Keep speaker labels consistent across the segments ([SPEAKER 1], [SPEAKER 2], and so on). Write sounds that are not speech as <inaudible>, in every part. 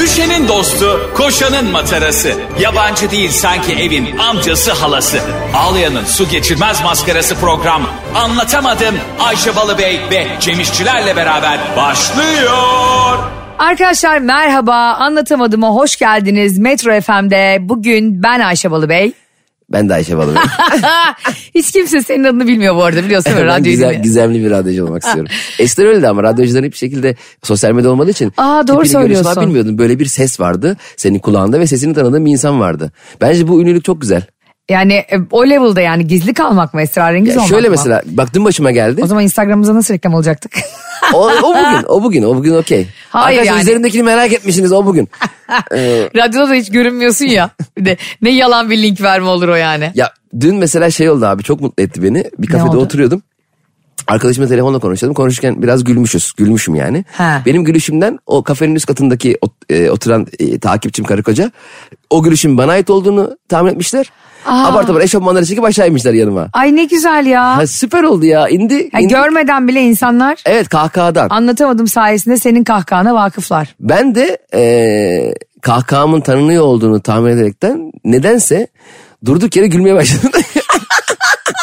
[SPEAKER 1] Ayşe'nin dostu, koşanın matarası. Yabancı değil sanki evin amcası halası. Ağlayan'ın su geçirmez maskarası program. Anlatamadım Ayşe Balıbey ve Cemişçilerle beraber başlıyor.
[SPEAKER 2] Arkadaşlar merhaba anlatamadığıma hoş geldiniz Metro FM'de bugün ben Ayşe Balıbey.
[SPEAKER 3] Ben de Ayşe Balıbey.
[SPEAKER 2] Hiç kimse senin adını bilmiyor bu arada biliyorsun <laughs> değil mi?
[SPEAKER 3] <laughs> ben
[SPEAKER 2] radyoyu
[SPEAKER 3] güzel-
[SPEAKER 2] dinleyen.
[SPEAKER 3] gizemli bir radyocu olmak istiyorum. Eskiden öyleydi ama radyocuların hiçbir şekilde sosyal medya olmadığı için.
[SPEAKER 2] Aa, doğru
[SPEAKER 3] tipini görüyorsun
[SPEAKER 2] söylüyorsun.
[SPEAKER 3] Falan bilmiyordun. Böyle bir ses vardı senin kulağında ve sesini tanıdığın bir insan vardı. Bence bu ünlülük çok güzel.
[SPEAKER 2] Yani e, o level'da yani gizli kalmak mı esrarengiz
[SPEAKER 3] Ya
[SPEAKER 2] olmak
[SPEAKER 3] şöyle
[SPEAKER 2] mı?
[SPEAKER 3] mesela bak dün başıma geldi.
[SPEAKER 2] <laughs> O zaman Instagram'ımıza nasıl reklam
[SPEAKER 3] <laughs>
[SPEAKER 2] olacaktuk?
[SPEAKER 3] O, o bugün, o bugün, o bugün okey.
[SPEAKER 2] Hayır
[SPEAKER 3] Arkadaşlar
[SPEAKER 2] yani.
[SPEAKER 3] üzerindekini merak etmişsiniz o
[SPEAKER 2] <laughs>
[SPEAKER 3] bugün.
[SPEAKER 2] Radyoda da hiç görünmüyorsun ya. Bir de ne yalan bir link verme olur o yani.
[SPEAKER 3] Ya dün mesela şey oldu abi çok mutlu etti beni. Bir kafede
[SPEAKER 2] oldu?
[SPEAKER 3] oturuyordum. Arkadaşımla telefonla konuşuyordum. Konuşurken biraz gülmüşüz. Gülmüşüm yani.
[SPEAKER 2] Ha.
[SPEAKER 3] Benim gülüşümden o kafenin üst katındaki ot- e, oturan e, takipçim karı koca o gülüşün bana ait olduğunu tahmin etmişler. Abart abart eşofmanları çekip aşağı inmişler yanıma.
[SPEAKER 2] Ay ne güzel ya.
[SPEAKER 3] Ha, süper oldu ya. İndi.
[SPEAKER 2] Ha,
[SPEAKER 3] indi.
[SPEAKER 2] görmeden bile insanlar
[SPEAKER 3] Evet kahkahadan.
[SPEAKER 2] anlatamadım sayesinde senin kahkahana vakıflar.
[SPEAKER 3] Ben de e, kahkahamın tanınıyor olduğunu tahmin ederekten nedense durduk yere gülmeye başladım. <laughs>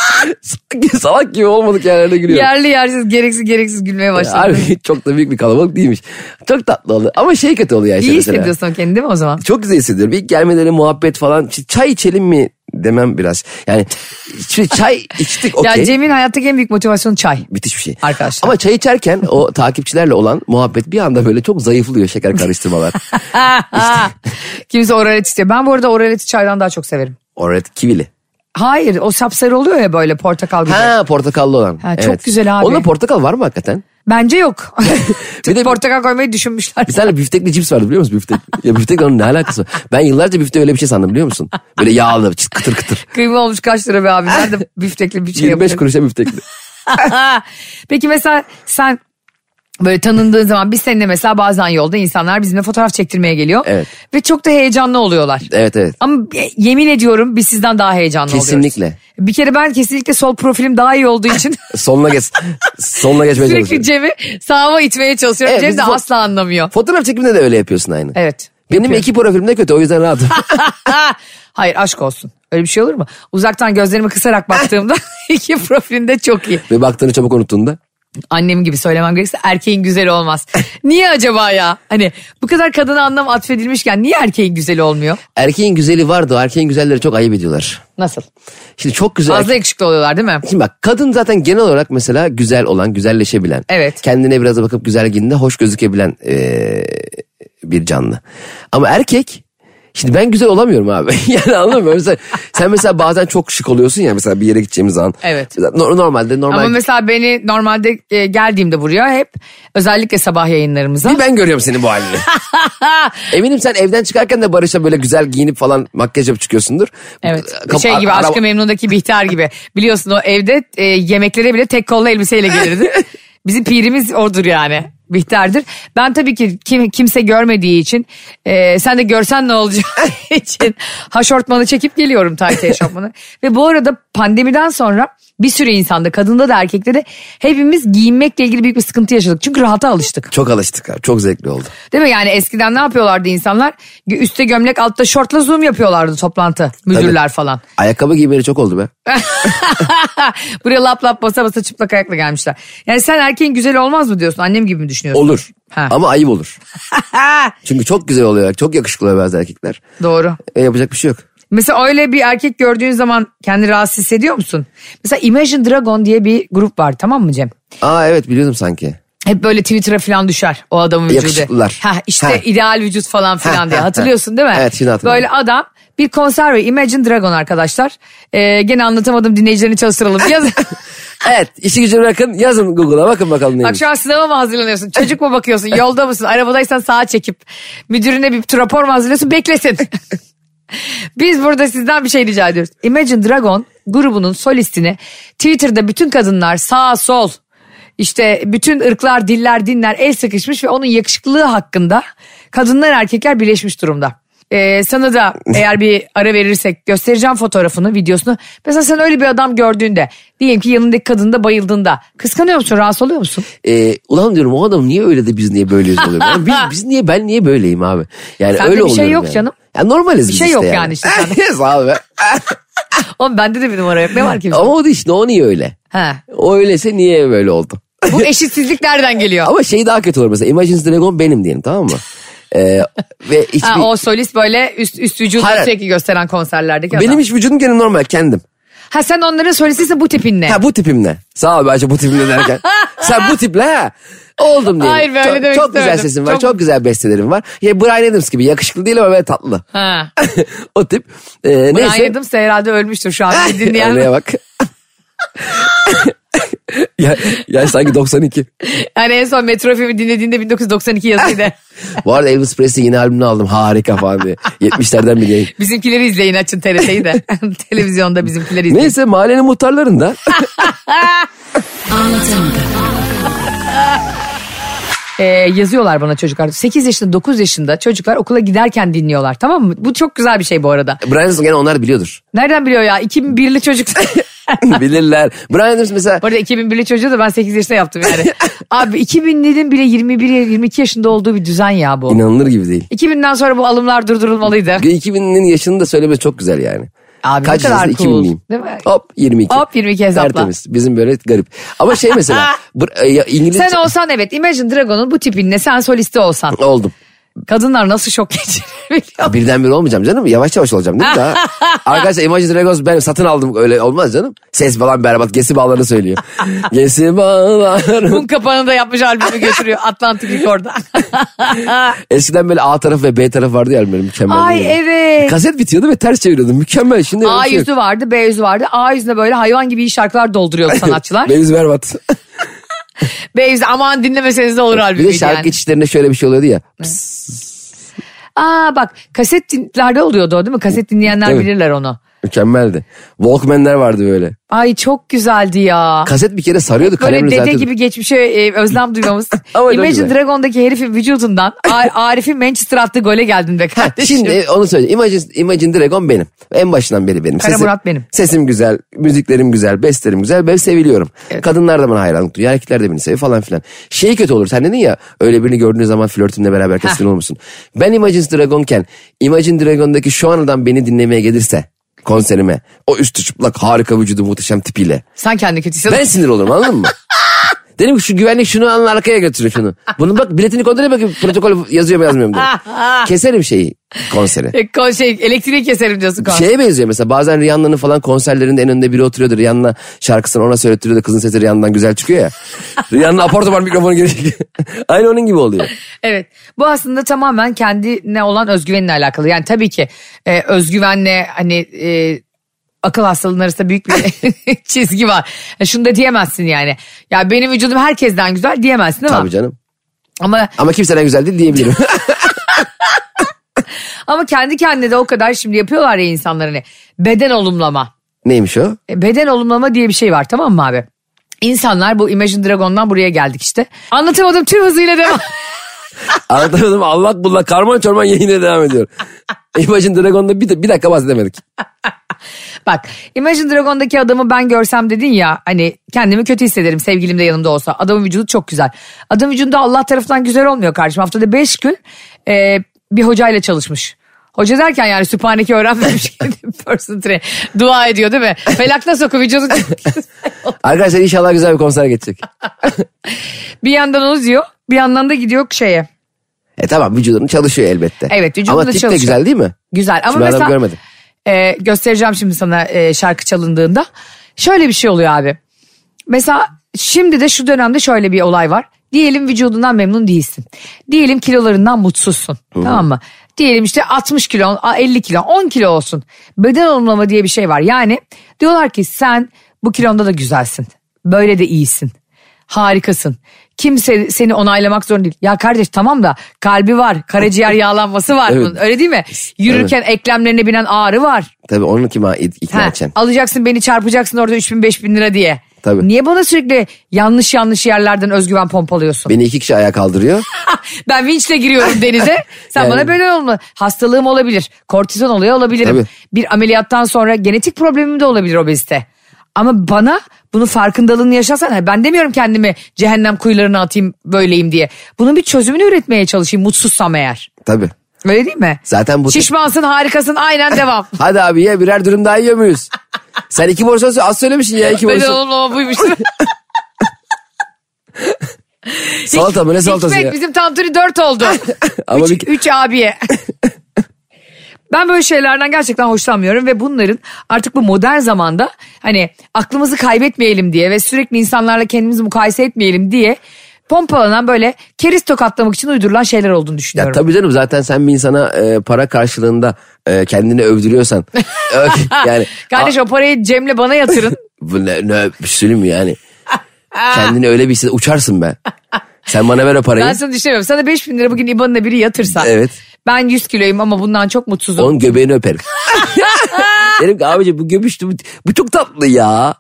[SPEAKER 3] Salak gibi olmadık yerlerde gülüyorum.
[SPEAKER 2] Yerli yersiz gereksiz gereksiz gülmeye başladın.
[SPEAKER 3] Harbi çok da büyük bir kalabalık değilmiş. Çok tatlı oldu ama şey kötü oluyor Ayşe
[SPEAKER 2] İyi
[SPEAKER 3] mesela.
[SPEAKER 2] hissediyorsun kendini değil mi o zaman?
[SPEAKER 3] Çok güzel hissediyorum. İlk gelmeleri muhabbet falan işte çay içelim mi demem biraz. Yani şimdi çay içtik okey.
[SPEAKER 2] Ya Cem'in hayattaki en büyük motivasyonu çay.
[SPEAKER 3] Bitiş bir şey.
[SPEAKER 2] Arkadaşlar.
[SPEAKER 3] Ama çay içerken o takipçilerle olan muhabbet bir anda böyle çok zayıflıyor
[SPEAKER 2] <laughs>
[SPEAKER 3] şeker karıştırmalar.
[SPEAKER 2] Kimse oralet istiyor. Ben bu arada oraleti çaydan daha çok severim.
[SPEAKER 3] Oret kivili.
[SPEAKER 2] Hayır o sapsarı oluyor ya böyle portakal gibi.
[SPEAKER 3] Ha portakallı olan.
[SPEAKER 2] Ha, çok güzel abi.
[SPEAKER 3] Onda portakal var mı hakikaten?
[SPEAKER 2] Bence
[SPEAKER 3] <laughs>
[SPEAKER 2] yok.
[SPEAKER 3] Bir de-
[SPEAKER 2] portakal koymayı düşünmüşler.
[SPEAKER 3] <laughs> Bir tane biftekli cips vardı biliyor
[SPEAKER 2] <laughs>
[SPEAKER 3] musun? Biftek. ya biftekle onun ne alakası var? Ben yıllarca bifte öyle bir şey sandım biliyor musun? Böyle yağlı çıt- kıtır kıtır.
[SPEAKER 2] Kıyma olmuş kaç lira be abi. Ben
[SPEAKER 3] <laughs>
[SPEAKER 2] de biftekli bir şey
[SPEAKER 3] 25
[SPEAKER 2] yapıyorum.
[SPEAKER 3] kuruşa biftekli.
[SPEAKER 2] Peki mesela sen böyle tanındığın zaman biz seninle mesela bazen yolda insanlar bizimle fotoğraf çektirmeye geliyor.
[SPEAKER 3] Evet.
[SPEAKER 2] Ve çok da heyecanlı oluyorlar.
[SPEAKER 3] Evet evet.
[SPEAKER 2] Ama yemin ediyorum biz sizden daha heyecanlı oluyoruz.
[SPEAKER 3] Kesinlikle.
[SPEAKER 2] Bir kere ben kesinlikle sol profilim daha iyi
[SPEAKER 3] <laughs>
[SPEAKER 2] olduğu için
[SPEAKER 3] Sonuna geç. Sonuna geçmeye
[SPEAKER 2] sürekli
[SPEAKER 3] çalışıyorum.
[SPEAKER 2] Cem'i sağıma itmeye çalışıyorum.
[SPEAKER 3] Evet,
[SPEAKER 2] Cem
[SPEAKER 3] biz
[SPEAKER 2] de
[SPEAKER 3] fo-
[SPEAKER 2] asla anlamıyor.
[SPEAKER 3] Fotoğraf çekiminde de öyle yapıyorsun aynı.
[SPEAKER 2] Evet. <laughs>
[SPEAKER 3] Benim iki profilim de kötü o yüzden <laughs> rahatım.
[SPEAKER 2] Hayır aşk olsun. Öyle bir şey olur mu? Uzaktan gözlerimi kısarak baktığımda <laughs> iki profilinde çok iyi.
[SPEAKER 3] Ve baktığını çabuk unuttuğunda.
[SPEAKER 2] Annem gibi söylemem gerekirse erkeğin güzeli olmaz. Niye acaba ya? Hani bu kadar kadına anlam atfedilmişken niye erkeğin güzeli olmuyor?
[SPEAKER 3] Erkeğin güzeli vardı o erkeğin güzelleri çok ayıp ediyorlar.
[SPEAKER 2] Nasıl?
[SPEAKER 3] Şimdi çok güzel.
[SPEAKER 2] Fazla yakışıklı oluyorlar değil mi?
[SPEAKER 3] Şimdi bak kadın zaten genel olarak mesela güzel olan, güzelleşebilen.
[SPEAKER 2] Evet.
[SPEAKER 3] Kendine biraz da bakıp güzelliğinde hoş gözükebilen eee, bir canlı. Ama erkek Şimdi ben güzel olamıyorum abi. <laughs> yani anladın mı? Mesela, sen mesela bazen çok şık oluyorsun ya mesela bir yere gideceğimiz zaman.
[SPEAKER 2] Evet.
[SPEAKER 3] Mesela no- Normalde normal.
[SPEAKER 2] Ama mesela beni normalde e, geldiğimde buraya hep özellikle sabah yayınlarımıza.
[SPEAKER 3] Bir ben görüyorum senin bu
[SPEAKER 2] <laughs>
[SPEAKER 3] halini. Eminim sen evden çıkarken de Barış'a böyle güzel giyinip falan makyaj yapıp çıkıyorsundur.
[SPEAKER 2] Evet.
[SPEAKER 3] Kap-
[SPEAKER 2] şey gibi
[SPEAKER 3] ara-
[SPEAKER 2] Aşkı Memnun'daki Bihter gibi. Biliyorsun o evde e, yemeklere bile tek kollu elbiseyle gelirdi. Bizim pirimiz odur yani. Bihter'dir. Ben tabii ki kim, kimse görmediği için e, sen de görsen ne olacak <laughs> için haşortmanı çekip geliyorum taytı eşofmanı. Ve bu arada pandemiden sonra bir sürü insanda kadında da erkekte de hepimiz giyinmekle ilgili büyük bir sıkıntı yaşadık. Çünkü rahata alıştık.
[SPEAKER 3] Çok alıştık abi. Çok zevkli oldu.
[SPEAKER 2] Değil mi? Yani eskiden ne yapıyorlardı insanlar? Üste gömlek altta şortla zoom yapıyorlardı toplantı müdürler falan.
[SPEAKER 3] Ayakkabı giymeli çok oldu be.
[SPEAKER 2] <laughs> Buraya lap lap basa basa çıplak ayakla gelmişler. Yani sen erkeğin güzel olmaz mı diyorsun? Annem gibi mi düşünüyorsun?
[SPEAKER 3] Olur.
[SPEAKER 2] Ha.
[SPEAKER 3] Ama
[SPEAKER 2] <laughs>
[SPEAKER 3] ayıp olur. Çünkü çok güzel oluyor. Çok yakışıklı oluyor bazı erkekler.
[SPEAKER 2] Doğru.
[SPEAKER 3] E, yapacak bir şey yok.
[SPEAKER 2] Mesela öyle bir erkek gördüğün zaman kendini rahatsız hissediyor musun? Mesela Imagine Dragon diye bir grup var tamam mı Cem?
[SPEAKER 3] Aa evet biliyordum sanki.
[SPEAKER 2] Hep böyle Twitter'a falan düşer o adamın vücudu.
[SPEAKER 3] Yakışıklılar.
[SPEAKER 2] Ha işte
[SPEAKER 3] Ha.
[SPEAKER 2] ideal vücut falan filan
[SPEAKER 3] ha,
[SPEAKER 2] diye
[SPEAKER 3] ha.
[SPEAKER 2] hatırlıyorsun değil mi?
[SPEAKER 3] Evet, şimdi hatırladım.
[SPEAKER 2] Böyle adam bir konser veriyor. Imagine Dragon arkadaşlar. Ee, gene anlatamadım dinleyicilerini çalıştıralım. Yaz-
[SPEAKER 3] <laughs> Evet işi gücü bırakın yazın Google'a bakın bakalım
[SPEAKER 2] Bak
[SPEAKER 3] neymiş.
[SPEAKER 2] şu an sınava mı hazırlanıyorsun? Çocuk mu bakıyorsun? Yolda mısın? Arabadaysan sağa çekip müdürüne bir rapor mu hazırlıyorsun? Beklesin. Biz burada sizden bir şey rica ediyoruz. Imagine Dragon grubunun solistini Twitter'da bütün kadınlar sağ sol işte bütün ırklar, diller, dinler el sıkışmış ve onun yakışıklılığı hakkında kadınlar erkekler birleşmiş durumda. Ee, sana da eğer bir ara verirsek göstereceğim fotoğrafını, videosunu. Mesela sen öyle bir adam gördüğünde, diyelim ki yanındaki kadında bayıldığında kıskanıyor musun, rahatsız oluyor musun?
[SPEAKER 3] Ee, ulan diyorum o adam niye öyle de biz niye böyleyiz oluyor. Yani biz, biz niye ben niye böyleyim abi. Yani
[SPEAKER 2] Sende
[SPEAKER 3] öyle
[SPEAKER 2] bir şey
[SPEAKER 3] oluyorum
[SPEAKER 2] yok
[SPEAKER 3] yani.
[SPEAKER 2] canım.
[SPEAKER 3] Ya normaliz
[SPEAKER 2] Bir
[SPEAKER 3] biz
[SPEAKER 2] şey
[SPEAKER 3] işte
[SPEAKER 2] yok
[SPEAKER 3] yani.
[SPEAKER 2] yani
[SPEAKER 3] <laughs>
[SPEAKER 2] işte sende.
[SPEAKER 3] Sağ ol be.
[SPEAKER 2] Oğlum bende de bir numara yok. Ne var ki? bizim?
[SPEAKER 3] <laughs> Ama o da işte o niye öyle.
[SPEAKER 2] Ha.
[SPEAKER 3] O öyleyse niye böyle oldu?
[SPEAKER 2] Bu eşitsizlik nereden geliyor?
[SPEAKER 3] Ama şey daha kötü olur mesela. Imagine Dragon benim diyelim tamam mı? Ee, ve hiçbir,
[SPEAKER 2] Ha, o solist böyle üst, üst vücudunu
[SPEAKER 3] Hayır.
[SPEAKER 2] sürekli gösteren konserlerdeki adam.
[SPEAKER 3] benim hiç vücudum gene normal kendim.
[SPEAKER 2] Ha sen onların solistisin bu tipinle.
[SPEAKER 3] Ha bu tipimle. Sağ ol bence bu
[SPEAKER 2] <laughs>
[SPEAKER 3] tipimle derken. Sen bu tiple ha. Oldum
[SPEAKER 2] Hayır,
[SPEAKER 3] diyelim.
[SPEAKER 2] böyle
[SPEAKER 3] çok,
[SPEAKER 2] demek
[SPEAKER 3] Çok güzel
[SPEAKER 2] istemedim.
[SPEAKER 3] sesim var.
[SPEAKER 2] Çok-
[SPEAKER 3] Çok, güzel bestelerim var. Ya Brian Adams gibi yakışıklı değil ama böyle tatlı. <laughs>
[SPEAKER 2] Ha.
[SPEAKER 3] o tip. Ee,
[SPEAKER 2] Ben
[SPEAKER 3] neyse.
[SPEAKER 2] ayırdım herhalde ölmüştür şu an
[SPEAKER 3] <laughs>
[SPEAKER 2] bizi
[SPEAKER 3] Örneğe
[SPEAKER 2] dinleyen.
[SPEAKER 3] bak. ya, ya sanki 92.
[SPEAKER 2] Hani en son Metro filmi dinlediğinde 1992
[SPEAKER 3] <laughs>
[SPEAKER 2] yazıydı.
[SPEAKER 3] Bu arada Elvis Presley yeni albümünü aldım harika falan diye. 70'lerden bir yayın.
[SPEAKER 2] bizimkileri izleyin açın TRT'yi
[SPEAKER 3] <laughs>
[SPEAKER 2] de. <laughs> Televizyonda bizimkileri izleyin.
[SPEAKER 3] Neyse mahallenin muhtarlarında <laughs>
[SPEAKER 2] Ee, yazıyorlar bana çocuklar. 8 yaşında 9 yaşında çocuklar okula giderken dinliyorlar tamam mı? Bu çok güzel bir şey bu arada.
[SPEAKER 3] Brian Adams gene onlar biliyordur. <laughs>
[SPEAKER 2] Nereden biliyor ya? 2001'li çocuk.
[SPEAKER 3] Bilirler. Brian Adams mesela
[SPEAKER 2] bu arada 2001'li çocuğu da ben 8 yaşında yaptım yani.
[SPEAKER 3] <laughs>
[SPEAKER 2] Abi 2000'lerin bile 21-22 yaşında olduğu bir düzen ya bu.
[SPEAKER 3] inanılır gibi değil.
[SPEAKER 2] 2000'den sonra bu alımlar durdurulmalıydı.
[SPEAKER 3] 2000'nin yaşını da söylemesi çok güzel yani.
[SPEAKER 2] Abi ne
[SPEAKER 3] Kaç
[SPEAKER 2] kadar
[SPEAKER 3] yaşındasın?
[SPEAKER 2] cool.
[SPEAKER 3] 2000'liyim.
[SPEAKER 2] Değil mi?
[SPEAKER 3] Hop 22.
[SPEAKER 2] Hop 22 hesapla.
[SPEAKER 3] Tertemiz. Bizim böyle garip. Ama şey
[SPEAKER 2] <laughs>
[SPEAKER 3] mesela br- e, ya İngilizce
[SPEAKER 2] Sen olsan evet Imagine Dragon'un bu tipinle sen solisti olsan.
[SPEAKER 3] <laughs> oldum.
[SPEAKER 2] Kadınlar nasıl şok geçirir
[SPEAKER 3] <laughs>
[SPEAKER 2] biliyor musun?
[SPEAKER 3] Birdenbire olmayacağım canım. Yavaş yavaş olacağım değil
[SPEAKER 2] <laughs>
[SPEAKER 3] mi? Daha. Arkadaşlar Imagine Dragons ben satın aldım öyle olmaz canım. Ses falan berbat. Gesi
[SPEAKER 2] <laughs>
[SPEAKER 3] bağlarını söylüyor. Gesi bağlarını.
[SPEAKER 2] Un kapağını da yapmış albümü götürüyor Atlantik
[SPEAKER 3] <laughs>
[SPEAKER 2] Record'a.
[SPEAKER 3] Eskiden böyle A tarafı ve B tarafı vardı ya benim mükemmel.
[SPEAKER 2] Ay evet.
[SPEAKER 3] Kaset bitiyordu ve ters çeviriyordum. Mükemmel. Şimdi öyle
[SPEAKER 2] A
[SPEAKER 3] bir şey yok.
[SPEAKER 2] yüzü vardı B yüzü vardı. A yüzüne böyle hayvan gibi iyi şarkılar dolduruyor
[SPEAKER 3] <laughs>
[SPEAKER 2] sanatçılar.
[SPEAKER 3] B yüzü berbat.
[SPEAKER 2] B yüzü aman dinlemeseniz de olur
[SPEAKER 3] Bir de
[SPEAKER 2] albümüydü
[SPEAKER 3] şarkı
[SPEAKER 2] yani.
[SPEAKER 3] geçişlerinde şöyle bir şey oluyordu ya.
[SPEAKER 2] Aa bak kasetlerde oluyordu o değil mi? Kaset dinleyenler
[SPEAKER 3] Tabii.
[SPEAKER 2] bilirler onu.
[SPEAKER 3] Mükemmeldi. Walkman'ler vardı böyle.
[SPEAKER 2] Ay çok güzeldi ya.
[SPEAKER 3] Kaset bir kere sarıyordu
[SPEAKER 2] Böyle
[SPEAKER 3] kalemle
[SPEAKER 2] dede
[SPEAKER 3] düzeltiyordu.
[SPEAKER 2] gibi geçmişe e,
[SPEAKER 3] <laughs>
[SPEAKER 2] özlem duymamız.
[SPEAKER 3] Ama çok
[SPEAKER 2] Imagine
[SPEAKER 3] güzel.
[SPEAKER 2] Dragon'daki herifin vücudundan A- Arif'in Manchester attığı gole geldin be kardeşim.
[SPEAKER 3] Şimdi e, onu söyleyeceğim. Imagine, Imagine Dragon benim. En başından beri benim.
[SPEAKER 2] Kara Murat benim.
[SPEAKER 3] Sesim güzel, müziklerim güzel, bestlerim güzel. Ben seviliyorum.
[SPEAKER 2] Evet.
[SPEAKER 3] Kadınlar da bana hayranlık duyuyor. Erkekler de beni seviyor falan filan. Şey kötü olur. Sen dedin ya öyle birini gördüğün zaman flörtünle beraber kesin olmuşsun. Ben Imagine Dragon'ken Imagine Dragon'daki şu an adam beni dinlemeye gelirse konserime o üstü çıplak harika vücudu muhteşem tipiyle.
[SPEAKER 2] Sen kendi kötü hissediyorsun.
[SPEAKER 3] Ben sinir olurum anladın mı? Dedim ki şu güvenlik şunu alın arkaya götürün şunu. Bunun bak biletini kontrol et bakayım protokol yazıyor mu yazmıyor mu derim. Keserim şeyi konseri.
[SPEAKER 2] E, ko- şey, elektriği keserim diyorsun.
[SPEAKER 3] Bir
[SPEAKER 2] kon-
[SPEAKER 3] Şeye benziyor mesela bazen Rihanna'nın falan konserlerinde en önünde biri oturuyordu. Rihanna şarkısını ona söylettiriyor da kızın sesi Rihanna'dan güzel çıkıyor ya. Rihanna apar topar mikrofonu geri <laughs> Aynı onun gibi oluyor.
[SPEAKER 2] Evet. Bu aslında tamamen kendine olan özgüvenle alakalı. Yani tabii ki e, özgüvenle hani e, akıl hastalığının arasında büyük bir <laughs> çizgi var. Ya Şunu da diyemezsin yani. Ya benim vücudum herkesten güzel diyemezsin ama
[SPEAKER 3] Tabii canım.
[SPEAKER 2] ama
[SPEAKER 3] Ama kimseden güzel değil diyebilirim. <laughs>
[SPEAKER 2] ama kendi kendine de o kadar şimdi yapıyorlar ya insanlar hani beden olumlama.
[SPEAKER 3] Neymiş o?
[SPEAKER 2] E, beden olumlama diye bir şey var tamam mı abi? İnsanlar bu Imagine Dragon'dan buraya geldik işte. Anlatamadım tüm hızıyla devam. <laughs>
[SPEAKER 3] Anlatamadım allak bullak karman çorman yayına devam ediyor. Imagine Dragon'da bir, bir dakika bahsedemedik.
[SPEAKER 2] Bak Imagine Dragon'daki adamı ben görsem dedin ya hani kendimi kötü hissederim sevgilim de yanımda olsa. Adamın vücudu çok güzel. Adamın vücudu Allah tarafından güzel olmuyor kardeşim. Haftada 5 gün e, bir hocayla çalışmış. Hoca derken yani süphaneki öğrenmemiş. <laughs> Person train. Dua ediyor değil mi? Felak nasıl oku vücudun çok güzel.
[SPEAKER 3] Arkadaşlar inşallah güzel bir konser geçecek.
[SPEAKER 2] bir yandan onu diyor bir yandan da gidiyor şeye.
[SPEAKER 3] E tamam vücudun çalışıyor elbette.
[SPEAKER 2] Evet, vücudun
[SPEAKER 3] Ama
[SPEAKER 2] da
[SPEAKER 3] tip de
[SPEAKER 2] çalışıyor.
[SPEAKER 3] güzel değil mi?
[SPEAKER 2] Güzel ama
[SPEAKER 3] Şimdi ben
[SPEAKER 2] mesela
[SPEAKER 3] adamı görmedim.
[SPEAKER 2] e, göstereceğim şimdi sana e, şarkı çalındığında. Şöyle bir şey oluyor abi. Mesela şimdi de şu dönemde şöyle bir olay var. Diyelim vücudundan memnun değilsin. Diyelim kilolarından mutsuzsun. Tamam mı? Diyelim işte 60 kilo, a, 50 kilo, 10 kilo olsun. Beden olumlama diye bir şey var. Yani diyorlar ki sen bu kilonda da güzelsin. Böyle de iyisin. Harikasın. Kimse seni onaylamak zorunda değil. Ya kardeş tamam da kalbi var,
[SPEAKER 3] <laughs>
[SPEAKER 2] karaciğer yağlanması var.
[SPEAKER 3] Evet.
[SPEAKER 2] bunun. Öyle değil mi? Yürürken eklemlerine binen ağrı var.
[SPEAKER 3] Tabii onu kime ikna
[SPEAKER 2] Ha,
[SPEAKER 3] edeceksin?
[SPEAKER 2] alacaksın beni çarpacaksın orada 3000 5000 lira diye.
[SPEAKER 3] Tabii.
[SPEAKER 2] Niye bana sürekli yanlış yanlış yerlerden özgüven pompalıyorsun?
[SPEAKER 3] Beni iki kişi ayağa kaldırıyor.
[SPEAKER 2] ben vinçle giriyorum denize.
[SPEAKER 3] <laughs>
[SPEAKER 2] Sen
[SPEAKER 3] Yani-
[SPEAKER 2] bana böyle olma. Hastalığım olabilir. Kortizon oluyor olabilirim.
[SPEAKER 3] Tabii.
[SPEAKER 2] Bir ameliyattan sonra genetik problemim de olabilir obezite. Ama bana bunun farkındalığını yaşasana. Ben demiyorum kendimi cehennem kuyularına atayım böyleyim diye. Bunun bir çözümünü üretmeye çalışayım mutsuzsam eğer.
[SPEAKER 3] Tabii.
[SPEAKER 2] Öyle değil mi?
[SPEAKER 3] Zaten bu-
[SPEAKER 2] Şişmansın harikasın aynen devam.
[SPEAKER 3] Hadi abi ye birer dürüm daha yiyor muyuz? Sen iki borsa az söylemişsin ya iki
[SPEAKER 2] Benim
[SPEAKER 3] borsa.
[SPEAKER 2] olmama buymuş. <laughs>
[SPEAKER 3] Salata mı ne salatası
[SPEAKER 2] Hikmet
[SPEAKER 3] ya?
[SPEAKER 2] bizim tantuni dört oldu.
[SPEAKER 3] <laughs> Ama
[SPEAKER 2] üç,
[SPEAKER 3] bir-
[SPEAKER 2] üç abiye. <laughs> Ben böyle şeylerden gerçekten hoşlanmıyorum ve bunların artık bu modern zamanda hani aklımızı kaybetmeyelim diye ve sürekli insanlarla kendimizi mukayese etmeyelim diye pompalanan böyle keriz tokatlamak için uydurulan şeyler olduğunu
[SPEAKER 3] Ya
[SPEAKER 2] düşünüyorum.
[SPEAKER 3] tabii canım zaten sen bir insana e, para karşılığında e,
[SPEAKER 2] <laughs>
[SPEAKER 3] kendini övdürüyorsan. ö- yani
[SPEAKER 2] Kardeş o parayı Cem'le bana
[SPEAKER 3] <laughs>
[SPEAKER 2] yatırın.
[SPEAKER 3] Bu ne, ne bir sürü
[SPEAKER 2] <laughs>
[SPEAKER 3] mü yani? Kendini öyle bir hisse uçarsın be. Sen bana ver o parayı.
[SPEAKER 2] ben sana düşünemiyorum. Sana 5000 lira bugün IBAN'ına biri yatırsa.
[SPEAKER 3] Evet.
[SPEAKER 2] Ben 100 kiloyum ama bundan çok mutsuzum.
[SPEAKER 3] Onun
[SPEAKER 2] <laughs>
[SPEAKER 3] göbeğini öperim. Derim ki abici bu göbüş bu, bu çok tatlı ya.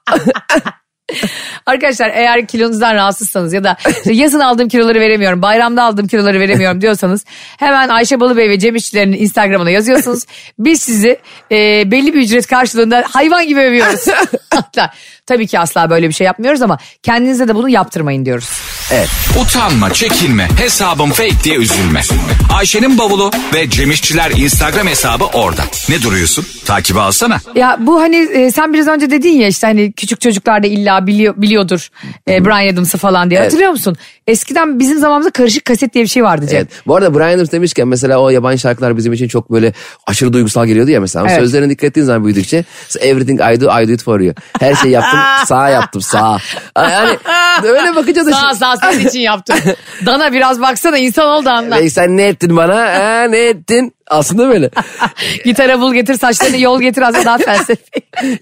[SPEAKER 2] Arkadaşlar eğer kilonuzdan rahatsızsanız ya da işte yazın aldığım kiloları veremiyorum, bayramda aldığım kiloları veremiyorum diyorsanız hemen Ayşe Balıbey ve Cem İşçilerin Instagram'ına yazıyorsunuz. Biz sizi e, belli bir ücret karşılığında hayvan gibi övüyoruz. Hatta tabii ki asla böyle bir şey yapmıyoruz ama kendinize de bunu yaptırmayın diyoruz.
[SPEAKER 1] Utanma, çekinme, hesabım fake diye üzülme. Ayşe'nin bavulu ve Cemişçiler Instagram hesabı orada. Ne duruyorsun? Takibi alsana.
[SPEAKER 2] Ya bu hani e, sen biraz önce dedin ya işte hani küçük çocuklar da illa biliyor, biliyordur e, Brian Adams'ı falan diye. Hatırlıyor musun? Eskiden bizim zamanımızda karışık kaset diye bir şey vardı Cem.
[SPEAKER 3] Evet. Bu arada Brian Adams demişken mesela o yabancı şarkılar bizim için çok böyle aşırı duygusal geliyordu ya mesela. Ama
[SPEAKER 2] Evet.
[SPEAKER 3] Sözlerine dikkat ettiğin zaman büyüdükçe everything I do I do it for you. Her şeyi yaptım sağ yaptım sağ. Yani öyle bakınca da
[SPEAKER 2] Sağ
[SPEAKER 3] şimdi-
[SPEAKER 2] sağ senin için
[SPEAKER 3] <laughs>
[SPEAKER 2] yaptım. Dana biraz baksana insan ol da anla.
[SPEAKER 3] Bey sen ne ettin bana? Ha, ne ettin? Aslında böyle.
[SPEAKER 2] <laughs> Gitara bul getir saçlarını yol getir aslında daha
[SPEAKER 3] <laughs>
[SPEAKER 2] felsefi.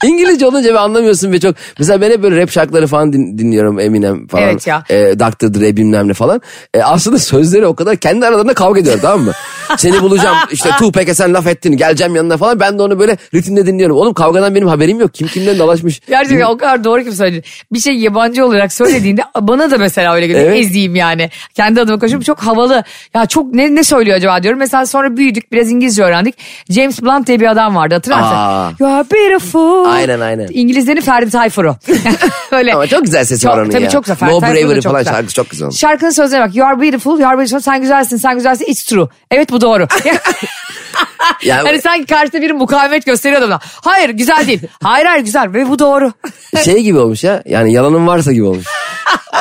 [SPEAKER 3] İngilizce olunca ve anlamıyorsun ve çok. Mesela ben hep böyle rap şarkıları falan din- dinliyorum Eminem falan.
[SPEAKER 2] Evet ya.
[SPEAKER 3] E, Dr. Dre bilmem ne falan. E, aslında sözleri o kadar kendi aralarında kavga ediyor
[SPEAKER 2] <laughs>
[SPEAKER 3] tamam mı? Seni bulacağım işte Tupac'e sen laf ettin geleceğim yanına falan. Ben de onu böyle ritimle dinliyorum. Oğlum kavgadan benim haberim yok. Kim kimden dalaşmış.
[SPEAKER 2] Gerçekten o kadar doğru ki bu söylediğin. Bir şey yabancı olarak söylediğinde bana da mesela öyle geliyor.
[SPEAKER 3] Evet.
[SPEAKER 2] Eziyim yani. Kendi adıma konuşuyorum çok havalı. Ya çok ne ne söylüyor acaba diyorum. Mesela sonra büyüdük biraz İngilizce öğrendik. James Blunt diye bir adam vardı hatırlar
[SPEAKER 3] Aa.
[SPEAKER 2] mısın? You are beautiful.
[SPEAKER 3] Aynen, aynen.
[SPEAKER 2] İngilizlerin Ferdi Tayfur'u. <laughs> Öyle.
[SPEAKER 3] Ama çok güzel sesi var onun
[SPEAKER 2] tabii
[SPEAKER 3] ya.
[SPEAKER 2] Çok güzel. Ferdi
[SPEAKER 3] No
[SPEAKER 2] Tayfur'un
[SPEAKER 3] Bravery
[SPEAKER 2] çok
[SPEAKER 3] falan
[SPEAKER 2] güzel.
[SPEAKER 3] şarkısı çok güzel onun.
[SPEAKER 2] Şarkının sözlerine bak. You are beautiful, you are beautiful. Sen güzelsin, sen güzelsin. It's true. Evet bu doğru. <laughs>
[SPEAKER 3] Yani
[SPEAKER 2] Hani sanki karşıda biri mukavemet gösteriyor adamına. Hayır güzel değil. Hayır hayır güzel ve bu doğru.
[SPEAKER 3] şey gibi olmuş ya. Yani yalanın varsa gibi olmuş.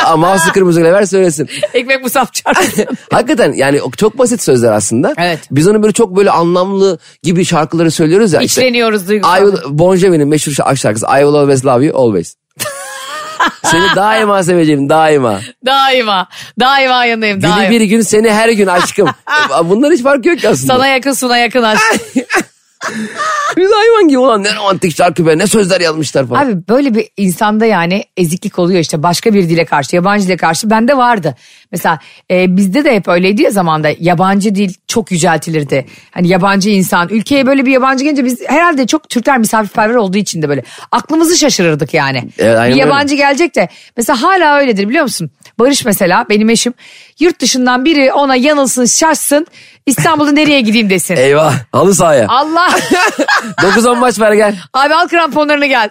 [SPEAKER 3] Ama mouse'u kırmızıyla ver
[SPEAKER 2] <laughs>
[SPEAKER 3] söylesin.
[SPEAKER 2] <laughs> Ekmek musaf <laughs> çarpsın.
[SPEAKER 3] Hakikaten yani o çok basit sözler aslında.
[SPEAKER 2] Evet.
[SPEAKER 3] Biz onu böyle çok böyle anlamlı gibi şarkıları söylüyoruz ya. işte.
[SPEAKER 2] İçleniyoruz duygusal.
[SPEAKER 3] I will, bon Jovi'nin meşhur şa- şarkısı I will always love you
[SPEAKER 2] <laughs>
[SPEAKER 3] always. seni daima seveceğim daima.
[SPEAKER 2] Daima. Daima yanındayım.
[SPEAKER 3] Günü
[SPEAKER 2] Daima.
[SPEAKER 3] bir gün seni her
[SPEAKER 2] <laughs>
[SPEAKER 3] gün aşkım. E, Bunlar hiç fark yok ki aslında.
[SPEAKER 2] Sana yakın suna yakın aşk.
[SPEAKER 3] Biz hayvan gibi olan ne romantik şarkı be ne sözler yazmışlar falan.
[SPEAKER 2] Abi böyle bir insanda yani eziklik oluyor işte başka bir dile karşı yabancı dile karşı bende vardı. Mesela e, bizde de hep öyleydi ya zamanda yabancı dil çok yüceltilirdi. Hani yabancı insan ülkeye böyle bir yabancı gelince biz herhalde çok Türkler misafirperver olduğu için de böyle aklımızı şaşırırdık yani.
[SPEAKER 3] Evet, E, aynen
[SPEAKER 2] bir
[SPEAKER 3] öyle.
[SPEAKER 2] yabancı gelecek de mesela hala öyledir biliyor musun? Barış mesela benim eşim yurt dışından biri ona yanılsın şaşsın İstanbul'da nereye gideyim desin.
[SPEAKER 3] Eyvah halı sahaya. <laughs>
[SPEAKER 2] Allah
[SPEAKER 3] 9-10 maç ver gel.
[SPEAKER 2] Abi al kramponlarını gel.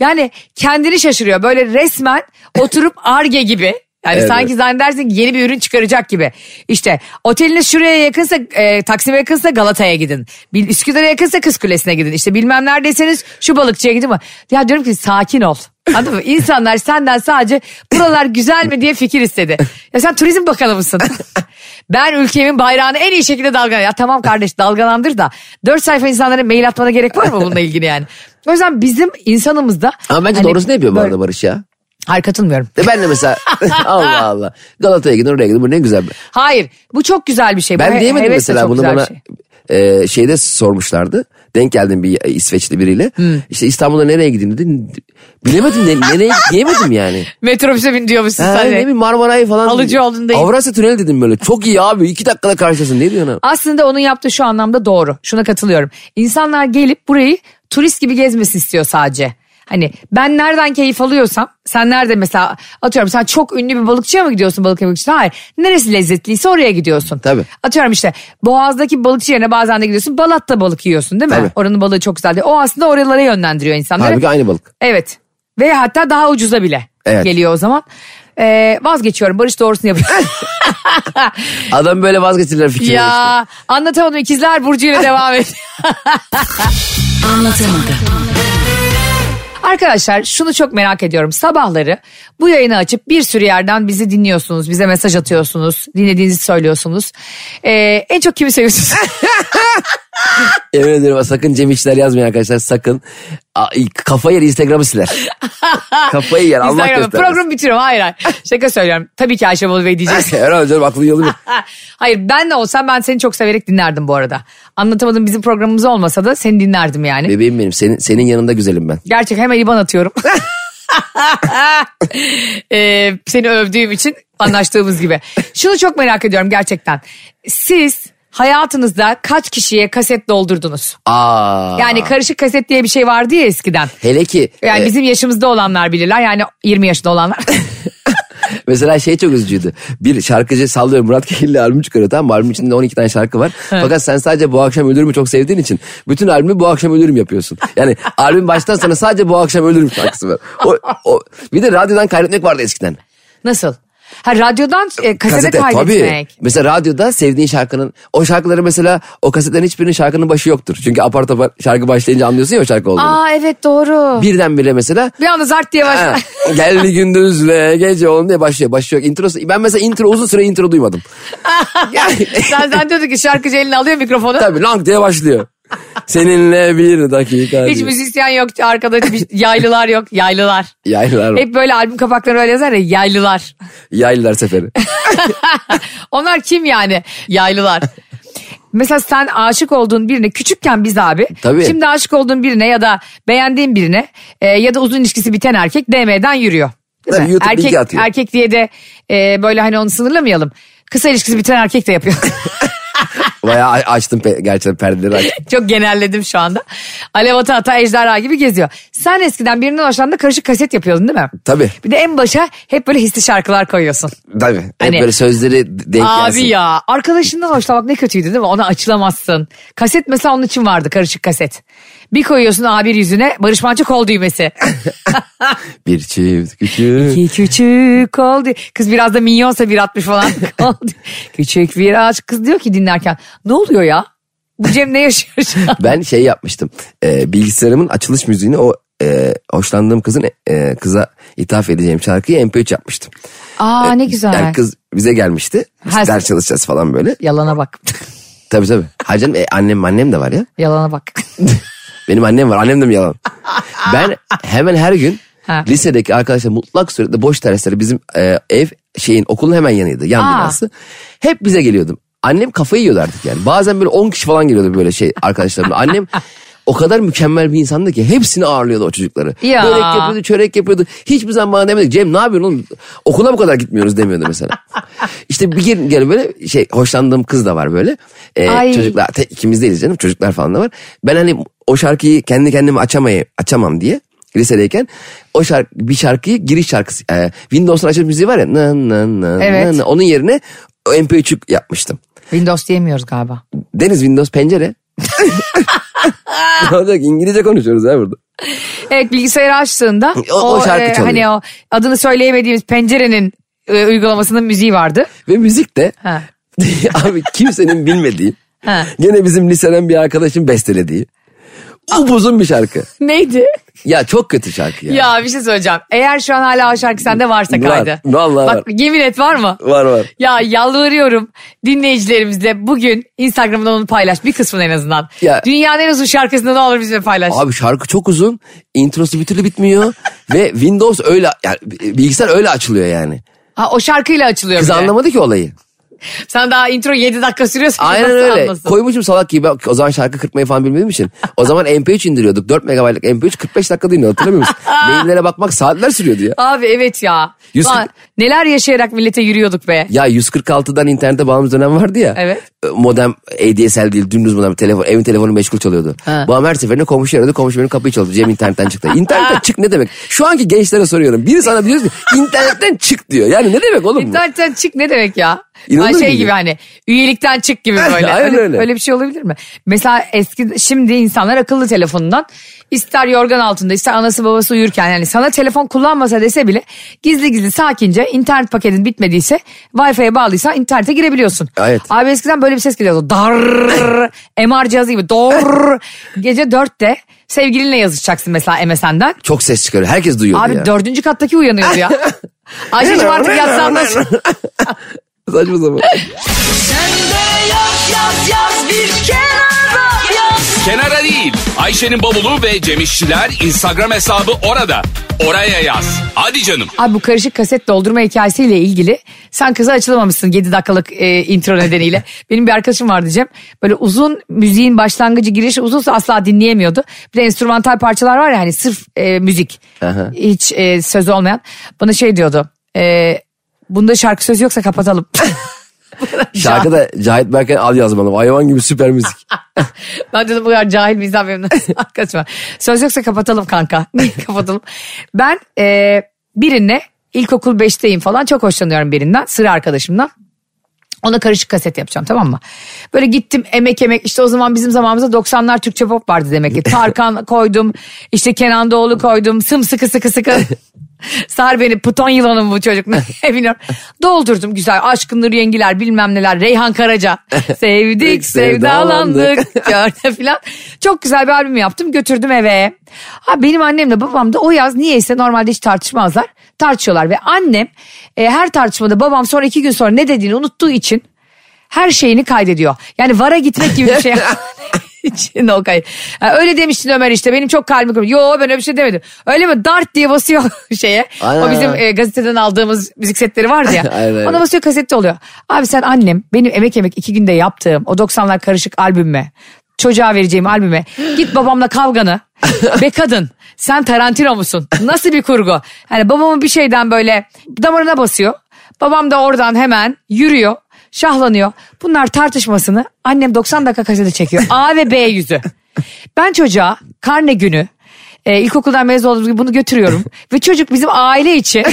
[SPEAKER 2] yani kendini şaşırıyor. Böyle resmen oturup arge gibi. Yani
[SPEAKER 3] Evet.
[SPEAKER 2] sanki zannedersin ki yeni bir ürün çıkaracak gibi. İşte oteliniz şuraya yakınsa e, Taksim'e yakınsa Galata'ya gidin. Bil, Üsküdar'a yakınsa Kız Kulesi'ne gidin. İşte bilmem neredeyseniz şu balıkçıya gidin. Ya diyorum ki sakin ol. Anladın mı? İnsanlar senden sadece buralar güzel mi diye fikir istedi. Ya sen turizm bakanı mısın? ben ülkemin bayrağını en iyi şekilde dalgalan. Ya tamam kardeş dalgalandır da. Dört sayfa insanlara mail atmana gerek var mı bununla ilgili yani? O yüzden bizim insanımızda...
[SPEAKER 3] Ama bence
[SPEAKER 2] hani
[SPEAKER 3] doğrusu ne yapıyor bu
[SPEAKER 2] böyle-
[SPEAKER 3] arada Barış ya?
[SPEAKER 2] Hayır katılmıyorum.
[SPEAKER 3] De ben de mesela <laughs> Allah Allah. Galata'ya gidin oraya gidin bu ne güzel. be.
[SPEAKER 2] Hayır bu çok güzel bir şey. Bu
[SPEAKER 3] Ben
[SPEAKER 2] he-
[SPEAKER 3] diyemedim
[SPEAKER 2] heves de
[SPEAKER 3] mesela
[SPEAKER 2] çok
[SPEAKER 3] bunu
[SPEAKER 2] güzel bir
[SPEAKER 3] bana
[SPEAKER 2] şey.
[SPEAKER 3] e, şeyde sormuşlardı. Denk geldim bir İsveçli biriyle. İşte İstanbul'a nereye gideyim dedim. Bilemedim ne, nereye
[SPEAKER 2] <laughs>
[SPEAKER 3] diyemedim yani.
[SPEAKER 2] Metrobüse bin diyormuşsun
[SPEAKER 3] Ha,
[SPEAKER 2] sen
[SPEAKER 3] ne
[SPEAKER 2] de.
[SPEAKER 3] bileyim Marmaray falan.
[SPEAKER 2] Alıcıoğlu'ndayım.
[SPEAKER 3] Avrasya Tüneli dedim böyle. Çok iyi abi iki dakikada karşılasın ne diyorsun? abi?
[SPEAKER 2] Aslında onun yaptığı şu anlamda doğru. Şuna katılıyorum. İnsanlar gelip burayı turist gibi gezmesi istiyor sadece. Hani ben nereden keyif alıyorsam sen nerede mesela atıyorum sen çok ünlü bir balıkçıya mı gidiyorsun balık yemek için? Hayır. Neresi lezzetliyse oraya gidiyorsun.
[SPEAKER 3] Tabii.
[SPEAKER 2] Atıyorum işte Boğaz'daki balıkçı yerine bazen de gidiyorsun Balat'ta balık yiyorsun değil mi?
[SPEAKER 3] Tabii.
[SPEAKER 2] Oranın balığı çok güzel diye. O aslında oralara yönlendiriyor insanları.
[SPEAKER 3] Halbuki aynı balık.
[SPEAKER 2] Evet. Ve hatta daha ucuza bile
[SPEAKER 3] Evet.
[SPEAKER 2] geliyor o zaman. Ee, vazgeçiyorum. Barış doğrusunu
[SPEAKER 3] <laughs>
[SPEAKER 2] yapıyor. <laughs>
[SPEAKER 3] Adam böyle vazgeçirirler fikrini işte.
[SPEAKER 2] ya anlatamadım. İkizler Burcu ile devam et.
[SPEAKER 4] Anlatamadım.
[SPEAKER 2] Arkadaşlar şunu çok merak ediyorum. Sabahları bu yayını açıp bir sürü yerden bizi dinliyorsunuz. Bize mesaj atıyorsunuz. Dinlediğinizi söylüyorsunuz. Ee, en çok kimi
[SPEAKER 3] <laughs>
[SPEAKER 2] seviyorsunuz?
[SPEAKER 3] Yemin ederim sakın Cem İşler yazmayın arkadaşlar sakın. A- Kafa yer
[SPEAKER 2] <laughs>
[SPEAKER 3] Instagram'ı siler. Kafayı yer Allah
[SPEAKER 2] Instagram'da.
[SPEAKER 3] göstermesin.
[SPEAKER 2] Programı bitiriyorum. Hayır hayır. Şaka söylüyorum. Tabii ki Ayşe Bolu Bey diyeceğiz.
[SPEAKER 3] <laughs> Herhalde canım aklın yolu bir.
[SPEAKER 2] Ha, Hayır ben de olsam ben seni çok severek dinlerdim bu arada. Anlatamadım bizim programımız olmasa da seni dinlerdim yani.
[SPEAKER 3] Bebeğim benim senin, senin yanında güzelim ben.
[SPEAKER 2] Gerçek hemen IBAN atıyorum. <laughs> Ee, seni övdüğüm için anlaştığımız gibi. Şunu çok merak ediyorum gerçekten. Siz hayatınızda kaç kişiye kaset doldurdunuz?
[SPEAKER 3] Aa.
[SPEAKER 2] Yani karışık kaset diye bir şey vardı ya eskiden.
[SPEAKER 3] Hele ki
[SPEAKER 2] Yani
[SPEAKER 3] e,
[SPEAKER 2] bizim yaşımızda olanlar bilirler yani 20 yaşında
[SPEAKER 3] <laughs>
[SPEAKER 2] olanlar.
[SPEAKER 3] mesela şey çok üzücüydü. Bir şarkıcı sallıyorum Murat Kehilli albüm çıkarıyor tamam mı? Albümün içinde 12 tane şarkı var. Fakat sen sadece bu akşam ölürümü çok sevdiğin için bütün albümü bu akşam ölürüm yapıyorsun. Yani albüm baştan sona sadece bu akşam ölürüm şarkısı var. O, o, bir de radyodan kaydetmek vardı eskiden.
[SPEAKER 2] Nasıl? Ha radyodan e, kasete,
[SPEAKER 3] tabii.
[SPEAKER 2] kaydetmek.
[SPEAKER 3] Mesela radyoda sevdiğin şarkının o şarkıları mesela o kasetlerin hiçbirinin şarkının başı yoktur. Çünkü apar topar şarkı başlayınca anlıyorsun ya o şarkı olduğunu.
[SPEAKER 2] Aa evet doğru. Bir,
[SPEAKER 3] Birdenbire mesela
[SPEAKER 2] anda zart diye
[SPEAKER 3] Ha,
[SPEAKER 2] başlar.
[SPEAKER 3] Geldi gündüzle gece on diye başlıyor. Başlıyor. Introsu, ben mesela intro uzun süre
[SPEAKER 2] <laughs>
[SPEAKER 3] intro duymadım. Yani-
[SPEAKER 2] <laughs>
[SPEAKER 3] <laughs>
[SPEAKER 2] Sen zannediyordun ki şarkıcı eline alıyor mikrofonu.
[SPEAKER 3] Tabii lang diye başlıyor. Seninle bir dakika.
[SPEAKER 2] Hiç
[SPEAKER 3] diyor.
[SPEAKER 2] müzisyen yok arkada bir- yaylılar yok yaylılar.
[SPEAKER 3] Yaylılar,
[SPEAKER 2] Hep böyle albüm kapaklarına öyle yazar ya yaylılar.
[SPEAKER 3] yaylılar seferi.
[SPEAKER 2] Onlar kim yani yaylılar? Mesela sen aşık olduğun birine küçükken biz abi.
[SPEAKER 3] Tabii.
[SPEAKER 2] Şimdi aşık olduğun birine ya da beğendiğin birine e, ya da uzun ilişkisi biten erkek DM'den yürüyor. Değil
[SPEAKER 3] Tabii
[SPEAKER 2] mi?
[SPEAKER 3] YouTube
[SPEAKER 2] erkek,
[SPEAKER 3] bilgi atıyor.
[SPEAKER 2] erkek diye de e, böyle hani onu sınırlamayalım. Kısa ilişkisi biten erkek de yapıyor. <laughs>
[SPEAKER 3] Bayağı a- açtım pe- gerçekten perdeleri açtım.
[SPEAKER 2] <laughs> Çok genelledim şu anda. Alev ata ata ejderha gibi geziyor. Sen eskiden birinin hoşlandığında karışık kaset yapıyordun değil mi?
[SPEAKER 3] Tabii.
[SPEAKER 2] Bir de en başa hep böyle hisli şarkılar koyuyorsun.
[SPEAKER 3] Tabii. Hep
[SPEAKER 2] Hani-
[SPEAKER 3] böyle sözleri denk gelsin.
[SPEAKER 2] Abi ya arkadaşından hoşlanmak ne kötüydü değil mi? Ona açılamazsın. Kaset mesela onun için vardı karışık kaset. Bir koyuyorsun A1 yüzüne Barış Manço kol
[SPEAKER 3] <laughs>
[SPEAKER 2] düğmesi.
[SPEAKER 3] Bir çift küçük.
[SPEAKER 2] Ki küçük kol düğ- Kız biraz da minyonsa bir atmış falan. <laughs> Kol düğ- küçük bir ağaç. Kız diyor ki dinlerken ne oluyor ya? Bu Cem ne yaşıyor şu an?
[SPEAKER 3] Ben şey yapmıştım. Ee, bilgisayarımın açılış müziğini o e, hoşlandığım kızın e, kıza ithaf edeceğim şarkıyı MP3 yapmıştım.
[SPEAKER 2] Aa <laughs> ne güzel.
[SPEAKER 3] Yani kız bize gelmişti. Biz
[SPEAKER 2] Her-
[SPEAKER 3] ders çalışacağız falan böyle.
[SPEAKER 2] Yalana bak.
[SPEAKER 3] Tabii tabii. Hayır canım e, annem annem de var ya.
[SPEAKER 2] Yalana bak.
[SPEAKER 3] Benim annem var. Annem de mi yalan? ben hemen her gün
[SPEAKER 2] Ha.
[SPEAKER 3] lisedeki arkadaşlar mutlak surette boş dersleri bizim e, ev şeyin okulun hemen yanıydı. Yan
[SPEAKER 2] Aa.
[SPEAKER 3] binası. Hep bize geliyordum. Annem kafayı yiyordu artık yani. Bazen böyle 10 kişi falan geliyordu böyle şey arkadaşlarımla. Annem o kadar mükemmel bir insandı ki hepsini ağırlıyordu o çocukları.
[SPEAKER 2] Ya.
[SPEAKER 3] Börek yapıyordu, çörek yapıyordu. Hiçbir zaman bana demedi. Cem ne yapıyorsun oğlum? Okula bu kadar gitmiyoruz demiyordu mesela. işte bir gün gene böyle şey hoşlandığım kız da var böyle. Ee,
[SPEAKER 2] Ay.
[SPEAKER 3] çocuklar te, ikimiz değiliz canım çocuklar falan da var. Ben hani o şarkıyı kendi kendime açamayı açamam diye lisedeyken o şarkı bir şarkıyı giriş şarkısı e, Windows'un açıp müziği var ya na, na, na,
[SPEAKER 2] Evet.
[SPEAKER 3] na, na. onun yerine o MP3'ü yapmıştım.
[SPEAKER 2] Windows diyemiyoruz galiba.
[SPEAKER 3] Deniz Windows
[SPEAKER 2] <laughs>
[SPEAKER 3] pencere. ne olacak İngilizce konuşuyoruz ya burada.
[SPEAKER 2] Evet bilgisayarı açtığında
[SPEAKER 3] O- o şarkı çalıyor.
[SPEAKER 2] hani o adını söyleyemediğimiz pencerenin e, uygulamasının müziği vardı.
[SPEAKER 3] Ve müzik de
[SPEAKER 2] Ha.
[SPEAKER 3] <laughs> abi kimsenin bilmediği
[SPEAKER 2] Ha.
[SPEAKER 3] gene bizim liseden bir arkadaşın bestelediği uzun bir şarkı.
[SPEAKER 2] Neydi?
[SPEAKER 3] Ya çok kötü şarkı ya.
[SPEAKER 2] Ya bir şey söyleyeceğim. Eğer şu an hala o şarkı sende varsa
[SPEAKER 3] Var,
[SPEAKER 2] kaydı.
[SPEAKER 3] vallahi
[SPEAKER 2] Bak yemin et var mı?
[SPEAKER 3] Var var.
[SPEAKER 2] Ya yalvarıyorum dinleyicilerimizle bugün Instagram'dan onu paylaş. Bir kısmını en azından.
[SPEAKER 3] Ya-
[SPEAKER 2] Dünyanın en uzun şarkısını ne olur bizimle paylaş.
[SPEAKER 3] Abi şarkı çok uzun. Introsu bir
[SPEAKER 2] <laughs>
[SPEAKER 3] türlü bitmiyor. ve Windows öyle yani bilgisayar öyle açılıyor yani.
[SPEAKER 2] Ha, o şarkıyla açılıyor
[SPEAKER 3] Kız
[SPEAKER 2] bir de.
[SPEAKER 3] anlamadı ki olayı.
[SPEAKER 2] Sen daha intro 7 dakika sürüyorsun.
[SPEAKER 3] Aynen
[SPEAKER 2] nasıl
[SPEAKER 3] öyle.
[SPEAKER 2] anlasın?
[SPEAKER 3] Koymuşum salak gibi. Ben o zaman şarkı kırpmayı falan bilmediğim için. O zaman MP3 indiriyorduk. 4 megabaytlık MP3 45 dakika dinliyor. Hatırlamıyor
[SPEAKER 2] <laughs>
[SPEAKER 3] musun? Maillere bakmak saatler sürüyordu ya.
[SPEAKER 2] Abi evet ya.
[SPEAKER 3] Yüz
[SPEAKER 2] Ulan
[SPEAKER 3] kırk-
[SPEAKER 2] Neler yaşayarak millete yürüyorduk be.
[SPEAKER 3] Ya 146'dan internete bağımlı dönem vardı ya.
[SPEAKER 2] Evet.
[SPEAKER 3] Modem ADSL değil dümdüz modem. Telefon, evin telefonu meşgul çalıyordu.
[SPEAKER 2] Ha.
[SPEAKER 3] Babam her seferinde komşu aradı. Komşu benim kapıyı çaldı. Cem
[SPEAKER 2] <laughs>
[SPEAKER 3] internetten çıktı. İnternetten çık ne demek? Şu anki gençlere soruyorum. Biri sana diyoruz ki internetten çık diyor. Yani ne demek oğlum bu?
[SPEAKER 2] İnternetten çık ne demek ya?
[SPEAKER 3] İnanılır
[SPEAKER 2] Ha, şey
[SPEAKER 3] gibi.
[SPEAKER 2] gibi hani üyelikten çık gibi
[SPEAKER 3] <laughs> Aynen,
[SPEAKER 2] böyle.
[SPEAKER 3] aynen
[SPEAKER 2] öyle,
[SPEAKER 3] öyle.
[SPEAKER 2] öyle bir şey olabilir mi? Mesela eski şimdi insanlar akıllı telefonundan ister yorgan altında ister anası babası uyurken yani sana telefon kullanmasa dese bile gizli gizli sakince internet paketin bitmediyse Wi-Fi'ye bağlıysa internete girebiliyorsun.
[SPEAKER 3] Evet.
[SPEAKER 2] Abi eskiden böyle bir ses geliyordu. Dar
[SPEAKER 3] <laughs>
[SPEAKER 2] MR cihazı gibi. Dor. Gece dörtte sevgilinle yazışacaksın mesela MSN'den.
[SPEAKER 3] Çok ses çıkarıyor. Herkes duyuyor
[SPEAKER 2] Abi
[SPEAKER 3] ya.
[SPEAKER 2] dördüncü kattaki uyanıyordu
[SPEAKER 3] <laughs>
[SPEAKER 2] ya. Ayşe'cim artık yatsam da
[SPEAKER 3] <laughs>
[SPEAKER 2] <laughs>
[SPEAKER 3] Saçma sapan.
[SPEAKER 1] Kenara değil. Ayşe'nin bavulu ve Cemişçiler Instagram hesabı orada. Oraya yaz. Hadi canım.
[SPEAKER 2] Abi bu karışık kaset doldurma hikayesiyle ilgili sen kıza açılamamışsın 7 dakikalık e, intro nedeniyle. Benim bir arkadaşım vardı Cem. Böyle uzun müziğin başlangıcı girişi uzunsa asla dinleyemiyordu. Bir de enstrümantal parçalar var ya hani sırf e, müzik.
[SPEAKER 3] Aha.
[SPEAKER 2] Hiç e, söz olmayan. Bana şey diyordu. E, bunda şarkı sözü yoksa kapatalım.
[SPEAKER 3] Şarkıda Cahit Berken al yazmalı. Hayvan gibi süper müzik.
[SPEAKER 2] Ben dedim bu kadar cahil bir insan benim nasıl <laughs> arkadaşım var. Söz yoksa kapatalım kanka. <laughs> Niye kapatalım? Ben e, birine ilkokul 5'teyim falan çok hoşlanıyorum birinden. Sıra arkadaşımdan. Ona karışık kaset yapacağım tamam mı? Böyle gittim emek emek işte o zaman bizim zamanımızda 90'lar Türkçe pop vardı demek ki. Tarkan koydum işte Kenan Doğulu koydum sımsıkı sıkı sıkı. Sar beni puton yılanım bu çocuk <laughs> ne bilmiyorum. Doldurdum güzel aşkınları yengiler bilmem neler Reyhan <laughs> Karaca. Sevdik sevdalandık <laughs> gördü filan. Çok güzel bir albüm yaptım götürdüm eve. Ha, benim annemle babam da o yaz niyeyse normalde hiç tartışmazlar. Tartışıyorlar ve annem e, her tartışmada babam sonra iki gün sonra ne dediğini unuttuğu için her şeyini kaydediyor. Yani vara gitmek gibi
[SPEAKER 3] <laughs>
[SPEAKER 2] bir şey. için o kayıt. Ha, öyle demiştin Ömer işte benim çok kalbim kırıldı. Yo ben öyle bir şey demedim. Öyle mi dart diye basıyor <laughs> şeye.
[SPEAKER 3] Aynen,
[SPEAKER 2] o bizim
[SPEAKER 3] aynen.
[SPEAKER 2] e, gazeteden aldığımız müzik setleri vardı ya.
[SPEAKER 3] Aynen, aynen.
[SPEAKER 2] Ona basıyor kasette oluyor. Abi sen annem benim emek emek iki günde yaptığım o 90'lar karışık albümme çocuğa vereceğim albüme git babamla kavganı be kadın sen Tarantino musun? Nasıl bir kurgu? Hani babamın bir şeyden böyle damarına basıyor. Babam da oradan hemen yürüyor. Şahlanıyor. Bunlar tartışmasını annem 90 dakika kasete çekiyor. A ve B yüzü. Ben çocuğa karne günü e, ilkokuldan mezun olduğumuz gibi bunu
[SPEAKER 3] <laughs>
[SPEAKER 2] götürüyorum. ve çocuk bizim aile içi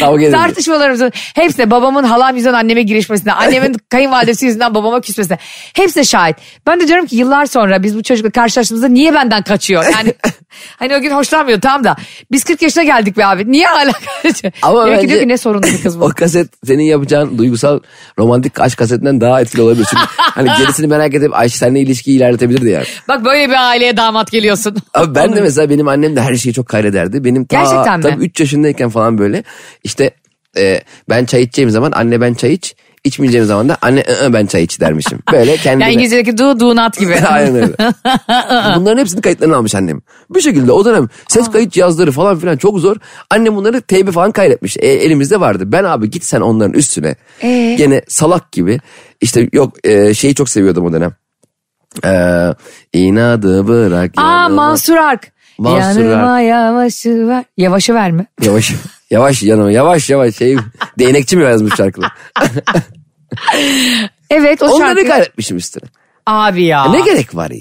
[SPEAKER 3] Kavga edin.
[SPEAKER 2] tartışmalarımızın hepsine babamın halam yüzünden anneme girişmesine,
[SPEAKER 3] <laughs>
[SPEAKER 2] annemin kayınvalidesi yüzünden babama küsmesine hepsine şahit. Ben de diyorum ki yıllar sonra biz bu çocukla karşılaştığımızda niye benden kaçıyor? Yani
[SPEAKER 3] <laughs>
[SPEAKER 2] hani o gün hoşlanmıyor tamam da biz 40 yaşına geldik be abi niye hala kaçıyor?
[SPEAKER 3] <laughs> Ama
[SPEAKER 2] Ama
[SPEAKER 3] bence-
[SPEAKER 2] diyor ki ne sorunlu bir kız
[SPEAKER 3] <laughs> o
[SPEAKER 2] bu.
[SPEAKER 3] kaset senin yapacağın duygusal romantik aşk kasetinden daha etkili olabilir.
[SPEAKER 2] <laughs>
[SPEAKER 3] Çünkü hani gerisini merak edip Ayşe seninle ilişkiyi ilerletebilirdi yani.
[SPEAKER 2] Bak böyle bir aileye damat geliyorsun.
[SPEAKER 3] Abi ben de mesela benim annem de her şeyi çok kayrederdi. Benim ta,
[SPEAKER 2] Gerçekten mi?
[SPEAKER 3] Tabii 3 yaşındayken falan böyle işte e, ben çay içeceğim zaman anne ben çay iç. içmeyeceğim zaman da anne "Iı, ı, ben çay iç dermişim.
[SPEAKER 2] <laughs>
[SPEAKER 3] Böyle kendine.
[SPEAKER 2] Yani İngilizce'deki do do not gibi.
[SPEAKER 3] <laughs> Aynen öyle. Bunların hepsini kayıtlarını almış annem. Bir şekilde o dönem ses kayıt cihazları falan filan çok zor. Annem bunları teybe falan kaydetmiş. E, elimizde vardı. Ben abi git sen onların üstüne.
[SPEAKER 2] Ee?
[SPEAKER 3] Gene salak gibi. İşte yok e, şeyi çok seviyordum o dönem. Ee, inadı bırak.
[SPEAKER 2] Aa
[SPEAKER 3] yanıma-
[SPEAKER 2] Mansur Ark.
[SPEAKER 3] Mansur Ark.
[SPEAKER 2] Yanıma yavaşı ver. Yavaşı ver mi?
[SPEAKER 3] Yavaş yavaş yanıma yavaş yavaş. Şey, değnekçi mi yazmış şarkıları?
[SPEAKER 2] Evet <laughs> o
[SPEAKER 3] Onları
[SPEAKER 2] şarkı.
[SPEAKER 3] kaydetmişim üstüne.
[SPEAKER 2] Abi ya.
[SPEAKER 3] E, Ne gerek var ya?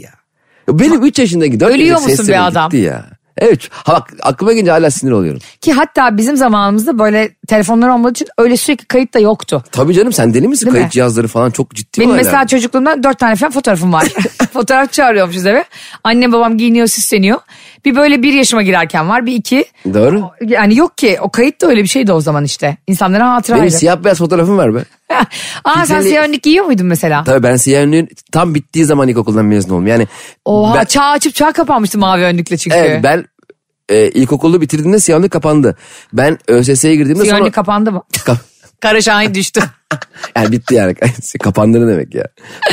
[SPEAKER 3] Ya Benim 3 yaşındaki 4
[SPEAKER 2] Ölüyor
[SPEAKER 3] yaşındaki
[SPEAKER 2] musun
[SPEAKER 3] sesim
[SPEAKER 2] be adam?
[SPEAKER 3] gitti ya. Evet ha bak aklıma gelince hala sinir oluyorum.
[SPEAKER 2] Ki hatta bizim zamanımızda böyle telefonlar olmadığı için öyle sürekli kayıt da yoktu.
[SPEAKER 3] Tabii canım sen deli misin?
[SPEAKER 2] Değil
[SPEAKER 3] Kayıt
[SPEAKER 2] mi?
[SPEAKER 3] cihazları falan çok ciddi
[SPEAKER 2] Benim
[SPEAKER 3] olaylar.
[SPEAKER 2] mesela çocukluğumdan dört tane falan fotoğrafım
[SPEAKER 3] <laughs>
[SPEAKER 2] var. <laughs> Fotoğraf çağırıyormuşuz eve. Annem babam giyiniyor süsleniyor. Bir böyle bir yaşıma girerken var bir iki.
[SPEAKER 3] Doğru.
[SPEAKER 2] Yani yok ki o kayıt da öyle bir şeydi o zaman işte. İnsanlara
[SPEAKER 3] Benim
[SPEAKER 2] hatıraydı.
[SPEAKER 3] siyah beyaz fotoğrafım var be.
[SPEAKER 2] <laughs> Aa sen
[SPEAKER 3] Kimseyle-
[SPEAKER 2] siyah önlük giyiyor muydun mesela?
[SPEAKER 3] Tabii ben siyah önlüğün tam bittiği zaman ilkokuldan mezun oldum. Yani
[SPEAKER 2] Oha
[SPEAKER 3] ben,
[SPEAKER 2] çağ açıp çağ kapanmıştı mavi önlükle çünkü.
[SPEAKER 3] evet, ben e, ilkokulu bitirdiğimde siyah önlük kapandı. Ben ÖSS'ye girdiğimde
[SPEAKER 2] Siyah
[SPEAKER 3] sonra... <laughs>
[SPEAKER 2] önlük kapandı mı? <laughs> Kara Şahin düştü.
[SPEAKER 3] yani bitti yani. <laughs> Kapandı ne demek ya.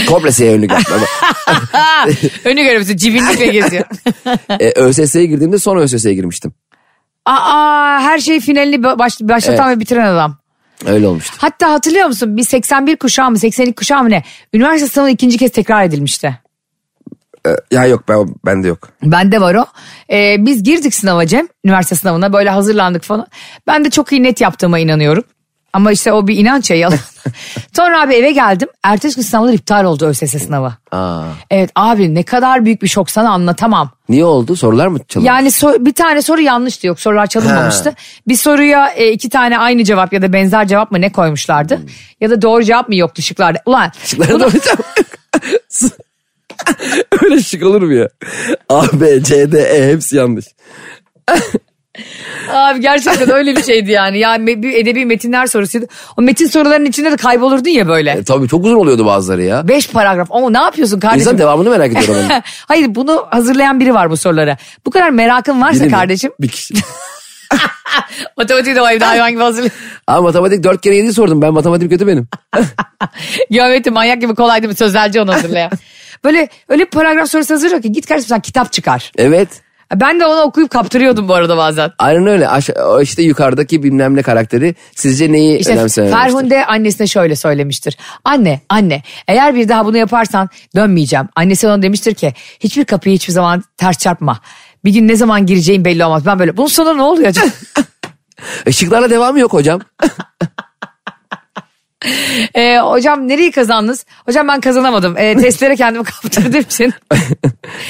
[SPEAKER 3] Komple siyah önlük yaptım ama.
[SPEAKER 2] <laughs> Ah, Önü görüyorsun cibinlikle geziyor.
[SPEAKER 3] E, ÖSS'ye girdiğimde son ÖSS'ye girmiştim.
[SPEAKER 2] Aa her şeyi şey finalini baş- başlatan
[SPEAKER 3] Evet.
[SPEAKER 2] ve bitiren adam.
[SPEAKER 3] Öyle olmuştu.
[SPEAKER 2] Hatta hatırlıyor musun bir 81 kuşağı mı 82 kuşağı mı ne? Üniversite sınavı ikinci kez tekrar edilmişti.
[SPEAKER 3] Ya yok ben bende yok.
[SPEAKER 2] Bende var o. Ee, biz girdik sınava Cem. Üniversite sınavına böyle hazırlandık falan. Ben de çok iyi net yaptığıma inanıyorum. Ama işte o bir inanç ya yalan. <laughs> Sonra abi eve geldim. Ertesi gün sınavlar iptal oldu ÖSS sınavı.
[SPEAKER 3] Aa.
[SPEAKER 2] Evet abi ne kadar büyük bir şok sana anlatamam.
[SPEAKER 3] Niye oldu? Sorular mı çalındı?
[SPEAKER 2] Yani so- bir tane soru yanlıştı yok sorular çalınmamıştı. Bir soruya e, iki tane aynı cevap ya da benzer cevap mı ne koymuşlardı? Ya da doğru cevap mı yoktu Hmm. şıklarda? Ulan
[SPEAKER 3] Nerede hocam? <laughs> Öyle şık olur mu ya? A, B, C, D, E hepsi yanlış.
[SPEAKER 2] Abi gerçekten öyle bir şeydi yani. Ya me- bir edebi metinler sorusuydu. O metin sorularının içinde de kaybolurdun ya böyle.
[SPEAKER 3] E, tabii çok uzun oluyordu bazıları ya.
[SPEAKER 2] Beş paragraf. Ama ne yapıyorsun kardeşim?
[SPEAKER 3] İnsan devamını merak ediyor <laughs> ama.
[SPEAKER 2] <laughs> Hayır bunu hazırlayan biri var bu sorulara. Bu kadar merakın varsa
[SPEAKER 3] Biri mi?
[SPEAKER 2] kardeşim.
[SPEAKER 3] Bir kişi.
[SPEAKER 2] <laughs> Matematiği de o evde hayvan gibi hazırlıyor.
[SPEAKER 3] Ama matematik 4 kere 7 sordum. Ben matematik kötü benim.
[SPEAKER 2] <laughs> Geometri manyak gibi kolay değil mi? Sözelci onu <laughs> hazırlayan. Böyle öyle bir paragraf sorusu hazırlıyor ki git kardeşim sen kitap çıkar.
[SPEAKER 3] Evet.
[SPEAKER 2] Ben de onu okuyup kaptırıyordum bu arada bazen.
[SPEAKER 3] Aynen öyle. Aşa- işte yukarıdaki bilmem ne karakteri sizce neyi
[SPEAKER 2] İşte
[SPEAKER 3] önemsememiştir?
[SPEAKER 2] Ferhunde annesine şöyle söylemiştir. Anne, anne eğer bir daha bunu yaparsan dönmeyeceğim. Annesi ona demiştir ki hiçbir kapıyı hiçbir zaman ters çarpma. Bir gün ne zaman gireceğin belli olmaz. Ben böyle bunun sonu ne oluyor acaba?
[SPEAKER 3] E, şıklarla devamı yok hocam.
[SPEAKER 2] Ee, hocam nereyi kazandınız? Hocam ben kazanamadım. Ee, testlere kendimi <laughs> kaptırdığım için.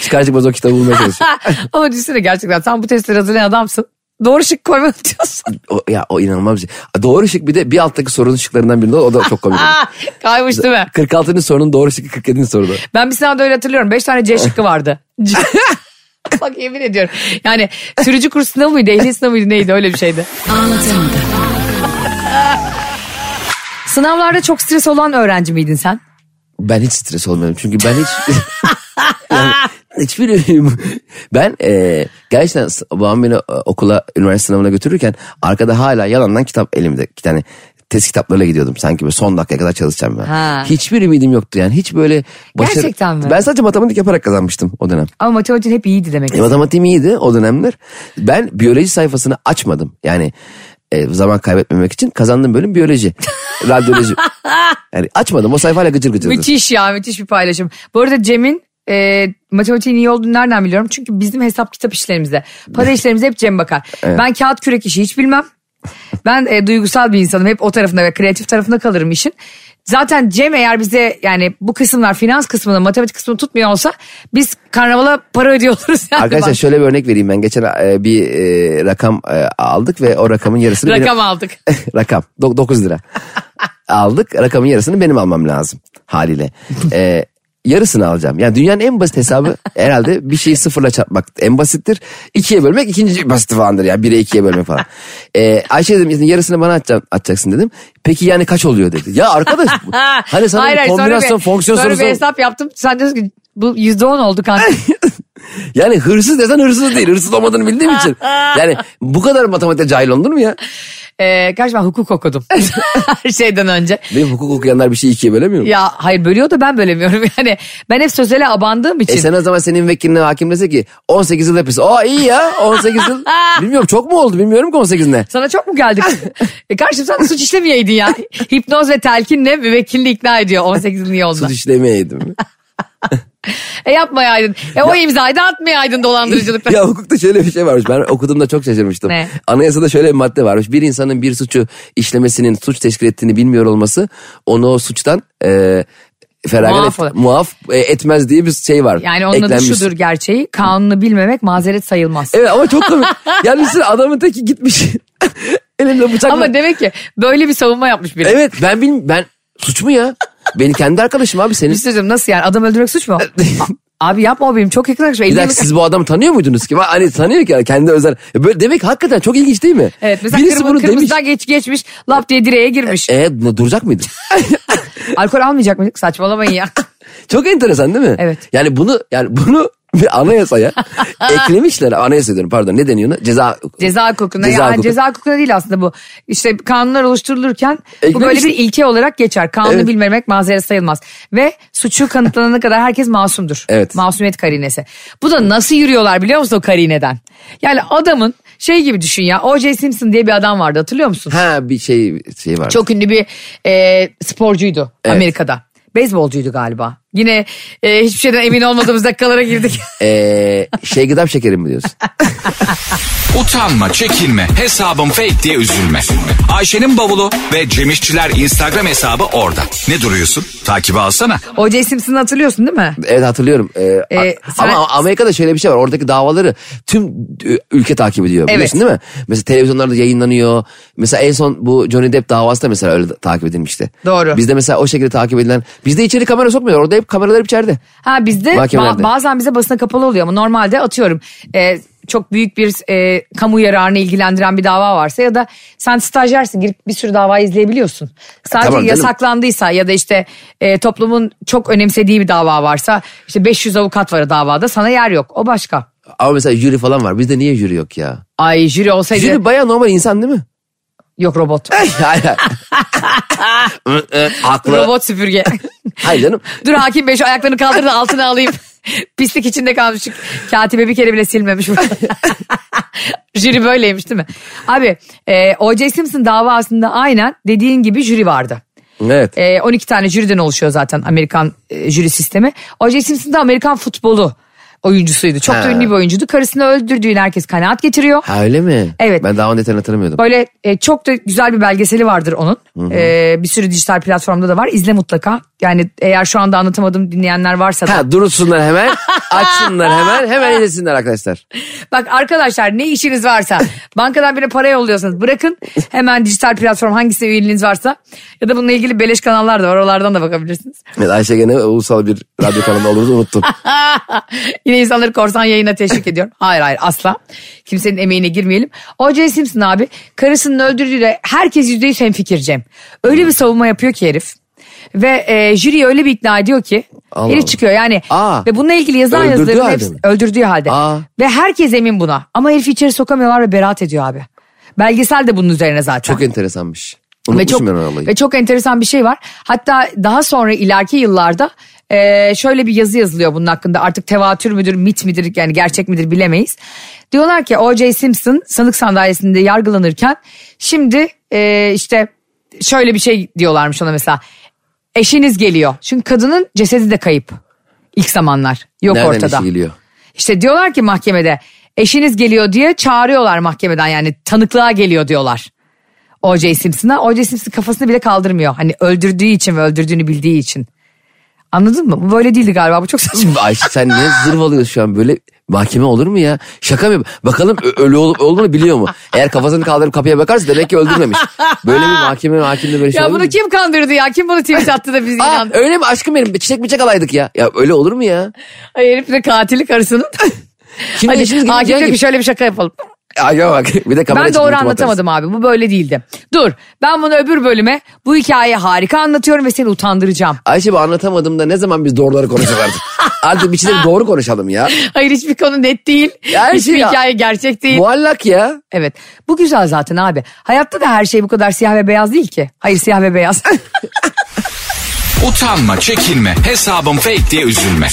[SPEAKER 3] Çıkar çıkmaz o kitabı bulmaya çalışıyor.
[SPEAKER 2] Ama düşünsene gerçekten sen bu testleri hazırlayan adamsın. Doğru şık koymanı <laughs> diyorsun.
[SPEAKER 3] O, ya o inanılmaz bir şey. Doğru şık bir de bir alttaki sorunun şıklarından birinde o da çok
[SPEAKER 2] <laughs>
[SPEAKER 3] komik.
[SPEAKER 2] Aa, kaymış değil mi?
[SPEAKER 3] 46. sorunun doğru şıkkı 47. soruda.
[SPEAKER 2] Ben bir sınavda öyle hatırlıyorum. Beş tane C şıkkı vardı. C- <laughs> Bak yemin ediyorum. Yani sürücü kursu sınavı mıydı? Ehliyet sınavı mıydı? Neydi? Öyle bir şeydi. Sınavlarda çok stres olan öğrenci miydin sen?
[SPEAKER 3] Ben hiç stres olmuyorum çünkü ben hiç...
[SPEAKER 2] <laughs>
[SPEAKER 3] yani, hiçbir ben e, gerçekten s- babam beni e, okula üniversite sınavına götürürken arkada hala yalandan kitap elimde iki tane test kitaplarıyla gidiyordum sanki böyle son dakikaya kadar çalışacağım ben.
[SPEAKER 2] Ha.
[SPEAKER 3] Hiçbir ümidim yoktu yani hiç böyle başarı...
[SPEAKER 2] Gerçekten mi?
[SPEAKER 3] Ben sadece matematik yaparak kazanmıştım o dönem.
[SPEAKER 2] Ama matematiğin hep iyiydi demek.
[SPEAKER 3] E, matematiğim iyiydi o dönemler. Ben biyoloji sayfasını açmadım. Yani e, zaman kaybetmemek için kazandığım
[SPEAKER 2] <laughs>
[SPEAKER 3] bölüm biyoloji. Radyoloji. Yani açmadım o sayfayla gıcır gıcırdı.
[SPEAKER 2] Müthiş ya müthiş bir paylaşım. Bu arada Cem'in e, matematiğin iyi olduğunu nereden biliyorum? Çünkü bizim hesap kitap işlerimizde.
[SPEAKER 3] <laughs>
[SPEAKER 2] Para işlerimize hep Cem bakar. Ben kağıt kürek işi hiç bilmem. Ben e, duygusal bir insanım. Hep o tarafında ve kreatif tarafında kalırım işin. Zaten Cem eğer bize yani bu kısımlar finans kısmını matematik kısmını tutmuyor olsa biz karnavala para ödüyoruz. <laughs> Yani
[SPEAKER 3] Arkadaşlar
[SPEAKER 2] Bak,
[SPEAKER 3] şöyle bir örnek vereyim ben. Geçen e, bir e, rakam e, aldık ve o rakamın yarısını...
[SPEAKER 2] rakam aldık.
[SPEAKER 3] Benim, <laughs> rakam.
[SPEAKER 2] <laughs>
[SPEAKER 3] 9 lira. aldık. Rakamın yarısını benim almam lazım haliyle. E, yarısını alacağım. Yani dünyanın en basit hesabı herhalde bir şeyi sıfırla çarpmak en basittir. İkiye bölmek ikinci basiti falandır yani. Bire ikiye bölmek falan. E, Ayşe dedim "işte yarısını bana atacağım, atacaksın dedim. Peki yani kaç oluyor dedi. Ya arkadaş
[SPEAKER 2] <laughs>
[SPEAKER 3] bu- hani sana
[SPEAKER 2] Hayır,
[SPEAKER 3] bir
[SPEAKER 2] hayır, sonra
[SPEAKER 3] kombinasyon
[SPEAKER 2] bir-
[SPEAKER 3] fonksiyon
[SPEAKER 2] sonra
[SPEAKER 3] sorusu.
[SPEAKER 2] bir hesap yaptım. Sen diyorsun ki bu yüzde on oldu kanka.
[SPEAKER 3] <laughs> Yani hırsız desen hırsız değil. Hırsız
[SPEAKER 2] <laughs>
[SPEAKER 3] olmadığını bildiğim için. Yani bu kadar matematikte cahil olur mu ya?
[SPEAKER 2] Ee, kaç ben hukuk
[SPEAKER 3] <laughs>
[SPEAKER 2] okudum. <laughs> Her şeyden önce.
[SPEAKER 3] Benim hukuk okuyanlar bir şeyi ikiye bölemiyor
[SPEAKER 2] <laughs>
[SPEAKER 3] mu?
[SPEAKER 2] Ya hayır bölüyor da ben bölemiyorum <laughs> yani. Ben hep sözele abandığım için.
[SPEAKER 3] E sen o zaman senin vekiline hakim dese ki 18 yıl hapis. Aa iyi ya
[SPEAKER 2] <laughs>
[SPEAKER 3] 18 yıl. Bilmiyorum çok mu oldu bilmiyorum ki 18 ne.
[SPEAKER 2] Sana çok mu
[SPEAKER 3] <laughs>
[SPEAKER 2] geldik? e karşım sen de suç işlemeyeydin ya. Hipnoz ve telkinle müvekkilini ikna ediyor 18 yıl yolda. <laughs>
[SPEAKER 3] Tut işlemeyeydim.
[SPEAKER 2] E yapmayaydın. E o imzayı da atmayaydın dolandırıcılıkla.
[SPEAKER 3] ya hukukta şöyle bir şey varmış. Ben okuduğumda çok şaşırmıştım.
[SPEAKER 2] Ne?
[SPEAKER 3] Anayasada şöyle bir madde varmış. Bir insanın bir suçu işlemesinin suç teşkil ettiğini bilmiyor olması onu o suçtan e, feragat
[SPEAKER 2] Muaf
[SPEAKER 3] et-
[SPEAKER 2] olur.
[SPEAKER 3] muaf e, etmez diye bir şey var.
[SPEAKER 2] Yani onun adı
[SPEAKER 3] Eklenmiş.
[SPEAKER 2] şudur gerçeği. Kanunu bilmemek mazeret sayılmaz.
[SPEAKER 3] Evet ama çok komik. yani sen adamın teki gitmiş. <laughs> Elimde bıçakla.
[SPEAKER 2] Ama demek ki böyle bir savunma yapmış biri.
[SPEAKER 3] Evet ben bilmiyorum. Ben suç mu ya? Benim kendi arkadaşım abi senin.
[SPEAKER 2] Bir sözüm nasıl yani adam öldürmek suç mu? A- Abi yapma o benim çok yakın arkadaşım.
[SPEAKER 3] Bir
[SPEAKER 2] Elli-
[SPEAKER 3] dakika siz bu adamı tanıyor muydunuz ki? Hani tanıyor ki yani kendi özel. Böyle demek ki hakikaten çok ilginç değil mi?
[SPEAKER 2] Evet mesela
[SPEAKER 3] Birisi
[SPEAKER 2] kırmızı,
[SPEAKER 3] bunu demiş.
[SPEAKER 2] kırmızıdan geç geçmiş lap diye direğe girmiş.
[SPEAKER 3] E bu duracak mıydı?
[SPEAKER 2] Alkol almayacak mıydık saçmalamayın
[SPEAKER 3] <laughs>
[SPEAKER 2] ya.
[SPEAKER 3] çok enteresan değil mi?
[SPEAKER 2] Evet.
[SPEAKER 3] Yani bunu yani bunu <laughs> bir
[SPEAKER 2] <laughs>
[SPEAKER 3] anayasaya eklemişler. Anayasa diyorum pardon ne deniyor? ona? Ceza
[SPEAKER 2] Ceza hukukuna
[SPEAKER 3] Ceza
[SPEAKER 2] yani
[SPEAKER 3] hukuku.
[SPEAKER 2] ceza hukukuna değil aslında bu. İşte kanunlar oluşturulurken bu
[SPEAKER 3] Eklemiş-
[SPEAKER 2] böyle bir ilke olarak geçer. Kanunu
[SPEAKER 3] E, Evet.
[SPEAKER 2] bilmemek mazeret sayılmaz. Ve suçu kanıtlanana kadar herkes masumdur.
[SPEAKER 3] Evet.
[SPEAKER 2] Masumiyet karinesi. Bu da nasıl yürüyorlar biliyor musun o karineden? Yani adamın Şey gibi düşün ya. O.J. Simpson diye bir adam vardı hatırlıyor musun?
[SPEAKER 3] Ha bir şey şey var.
[SPEAKER 2] Çok ünlü bir e, sporcuydu Amerika'da. Beyzbolcuydu galiba. Yine e, hiçbir şeyden emin olmadığımız dakikalara
[SPEAKER 3] <laughs>
[SPEAKER 2] girdik.
[SPEAKER 3] Ee, şey gıdam şekerim mi diyorsun?
[SPEAKER 1] Utanma, çekinme, hesabım fake diye üzülme. Ayşe'nin bavulu ve Cemişçiler Instagram hesabı orada. Ne duruyorsun? Takibi alsana.
[SPEAKER 2] O.J. Simpson'ı hatırlıyorsun değil mi?
[SPEAKER 3] Evet hatırlıyorum. Ee, a-
[SPEAKER 2] Ee, sen-
[SPEAKER 3] Ama Amerika'da şöyle bir şey var. Oradaki davaları tüm e, ülke takip ediyor biliyorsun
[SPEAKER 2] Evet.
[SPEAKER 3] değil mi? Mesela televizyonlarda yayınlanıyor. Mesela en son bu Johnny Depp davası da mesela öyle takip edilmişti.
[SPEAKER 2] Doğru.
[SPEAKER 3] Bizde mesela o şekilde takip edilen. Bizde içeri kamera sokmuyor. Orada hep kameralar hep içeride.
[SPEAKER 2] Ha bizde
[SPEAKER 3] Mahkemelerde.
[SPEAKER 2] ba- bazen bize basına kapalı oluyor ama normalde atıyorum e, çok büyük bir e, kamu yararını ilgilendiren bir dava varsa ya da sen stajyersin girip bir sürü dava izleyebiliyorsun. Sadece
[SPEAKER 3] Tamam canım.
[SPEAKER 2] yasaklandıysa ya da işte e, toplumun çok önemsediği bir dava varsa işte 500 avukat var davada sana yer yok o başka.
[SPEAKER 3] Ama mesela jüri falan var. Bizde niye jüri yok ya?
[SPEAKER 2] Ay jüri olsaydı
[SPEAKER 3] Jüri bayağı normal
[SPEAKER 2] <laughs>
[SPEAKER 3] insan değil mi?
[SPEAKER 2] yok robot. <laughs>
[SPEAKER 3] Hayır, hayır. Hı, hı, Haklı.
[SPEAKER 2] robot süpürge. <laughs>
[SPEAKER 3] Hayır canım.
[SPEAKER 2] Dur hakim bey şu ayaklarını kaldır da altına alayım. <laughs> Pislik içinde kalmış. Şu Katibe bir kere bile silmemiş. <laughs> jüri böyleymiş değil mi? Abi e, O.J. Simpson davasında aynen dediğin gibi jüri vardı.
[SPEAKER 3] Evet.
[SPEAKER 2] E, 12 tane jüriden oluşuyor zaten Amerikan e, jüri sistemi. O.J. Simpson da Amerikan futbolu oyuncusuydu. Çok
[SPEAKER 3] Ha.
[SPEAKER 2] da ünlü bir oyuncuydu. Karısını öldürdüğüne herkes kanaat getiriyor.
[SPEAKER 3] Ha öyle mi?
[SPEAKER 2] Evet.
[SPEAKER 3] Ben daha onun detayını hatırlamıyordum.
[SPEAKER 2] Böyle e, çok da güzel bir belgeseli vardır onun. E, bir sürü dijital platformda da var. İzle mutlaka. Yani eğer şu anda anlatamadım dinleyenler varsa da.
[SPEAKER 3] Ha
[SPEAKER 2] <laughs>
[SPEAKER 3] durursunlar hemen. Açsınlar hemen. Hemen izlesinler arkadaşlar.
[SPEAKER 2] Bak arkadaşlar ne işiniz varsa bankadan birine para yolluyorsanız bırakın hemen dijital platform hangisine üyeliğiniz varsa ya da bununla ilgili beleş kanallar da var oralardan da bakabilirsiniz.
[SPEAKER 3] Evet Ayşe gene ulusal bir radyo kanalı olduğumuzu
[SPEAKER 2] <laughs>
[SPEAKER 3] unuttum.
[SPEAKER 2] Yine insanları korsan yayına teşvik ediyorum. Hayır hayır asla. Kimsenin emeğine girmeyelim. O.J. Simpson abi karısının öldürdüğüyle herkes yüzde yüz hemfikir Cem. Öyle bir savunma yapıyor ki herif. Ve e, jüriyi öyle bir ikna ediyor ki
[SPEAKER 3] Allah
[SPEAKER 2] herif
[SPEAKER 3] Allah.
[SPEAKER 2] çıkıyor yani.
[SPEAKER 3] Aa.
[SPEAKER 2] ve bununla ilgili yazılan
[SPEAKER 3] Öldürdüğü
[SPEAKER 2] yazıların
[SPEAKER 3] halde
[SPEAKER 2] hepsi
[SPEAKER 3] mi?
[SPEAKER 2] öldürdüğü halde.
[SPEAKER 3] Aa.
[SPEAKER 2] Ve herkes emin buna. Ama herifi içeri sokamıyorlar ve beraat ediyor abi. Belgesel de bunun üzerine zaten.
[SPEAKER 3] Çok enteresanmış.
[SPEAKER 2] Ve çok,
[SPEAKER 3] Unutmuşum ben o olayı.
[SPEAKER 2] ve çok enteresan bir şey var. Hatta daha sonra ileriki yıllarda e, şöyle bir yazı yazılıyor bunun hakkında. Artık tevatür müdür, mit midir yani gerçek midir bilemeyiz. Diyorlar ki O.J. Simpson sanık sandalyesinde yargılanırken şimdi e, işte şöyle bir şey diyorlarmış ona mesela. Eşiniz geliyor. Çünkü kadının cesedi de kayıp ilk zamanlar. Yok
[SPEAKER 3] Nereden
[SPEAKER 2] ortada.
[SPEAKER 3] işi geliyor?
[SPEAKER 2] İşte diyorlar ki mahkemede eşiniz geliyor diye çağırıyorlar mahkemeden yani tanıklığa geliyor diyorlar. O.J. Simpson'a. O.J. Simpson kafasını bile kaldırmıyor. Hani öldürdüğü için ve öldürdüğünü bildiği için. Anladın mı? Bu böyle değildi galiba. Bu çok saçma.
[SPEAKER 3] Ayşe sen ne zırvalıyorsun şu an böyle mahkeme olur mu ya? Şaka mı? Bakalım ö- ölü olup olmadığını biliyor mu? Eğer kafasını kaldırıp kapıya bakarsa demek ki öldürmemiş. Böyle bir mahkeme mahkemede böyle şey
[SPEAKER 2] ya
[SPEAKER 3] olur
[SPEAKER 2] bunu
[SPEAKER 3] mu?
[SPEAKER 2] kim kandırdı ya? Kim bunu <laughs> tweet attı da biz
[SPEAKER 3] Aa,
[SPEAKER 2] inandık?
[SPEAKER 3] öyle mi aşkım benim çiçek bıçak alaydık ya. Ya öyle olur mu ya?
[SPEAKER 2] Ay herif de katili karısının. <laughs>
[SPEAKER 3] Şimdi
[SPEAKER 2] Hadi
[SPEAKER 3] eşiniz
[SPEAKER 2] Akif diyor
[SPEAKER 3] geliyor diyen
[SPEAKER 2] ki
[SPEAKER 3] gibi.
[SPEAKER 2] şöyle bir şaka yapalım.
[SPEAKER 3] Ay ya bak bir de kamera
[SPEAKER 2] Ben
[SPEAKER 3] çıktı,
[SPEAKER 2] doğru
[SPEAKER 3] YouTube atarız.
[SPEAKER 2] anlatamadım abi. Bu böyle değildi. Dur ben bunu öbür bölüme bu hikayeyi harika anlatıyorum ve seni utandıracağım.
[SPEAKER 3] Ayşe bu anlatamadım da ne zaman biz doğruları konuşacağız
[SPEAKER 2] <laughs>
[SPEAKER 3] artık? artık bir şeyleri doğru konuşalım ya.
[SPEAKER 2] Hayır hiçbir konu net değil.
[SPEAKER 3] Ya her
[SPEAKER 2] hiçbir
[SPEAKER 3] şey ya-
[SPEAKER 2] hikaye gerçek değil.
[SPEAKER 3] Muallak ya.
[SPEAKER 2] Evet. Bu güzel zaten abi. Hayatta da her şey bu kadar siyah ve beyaz değil ki. Hayır siyah ve beyaz. <laughs>
[SPEAKER 1] Utanma, çekinme, hesabım fake diye üzülme.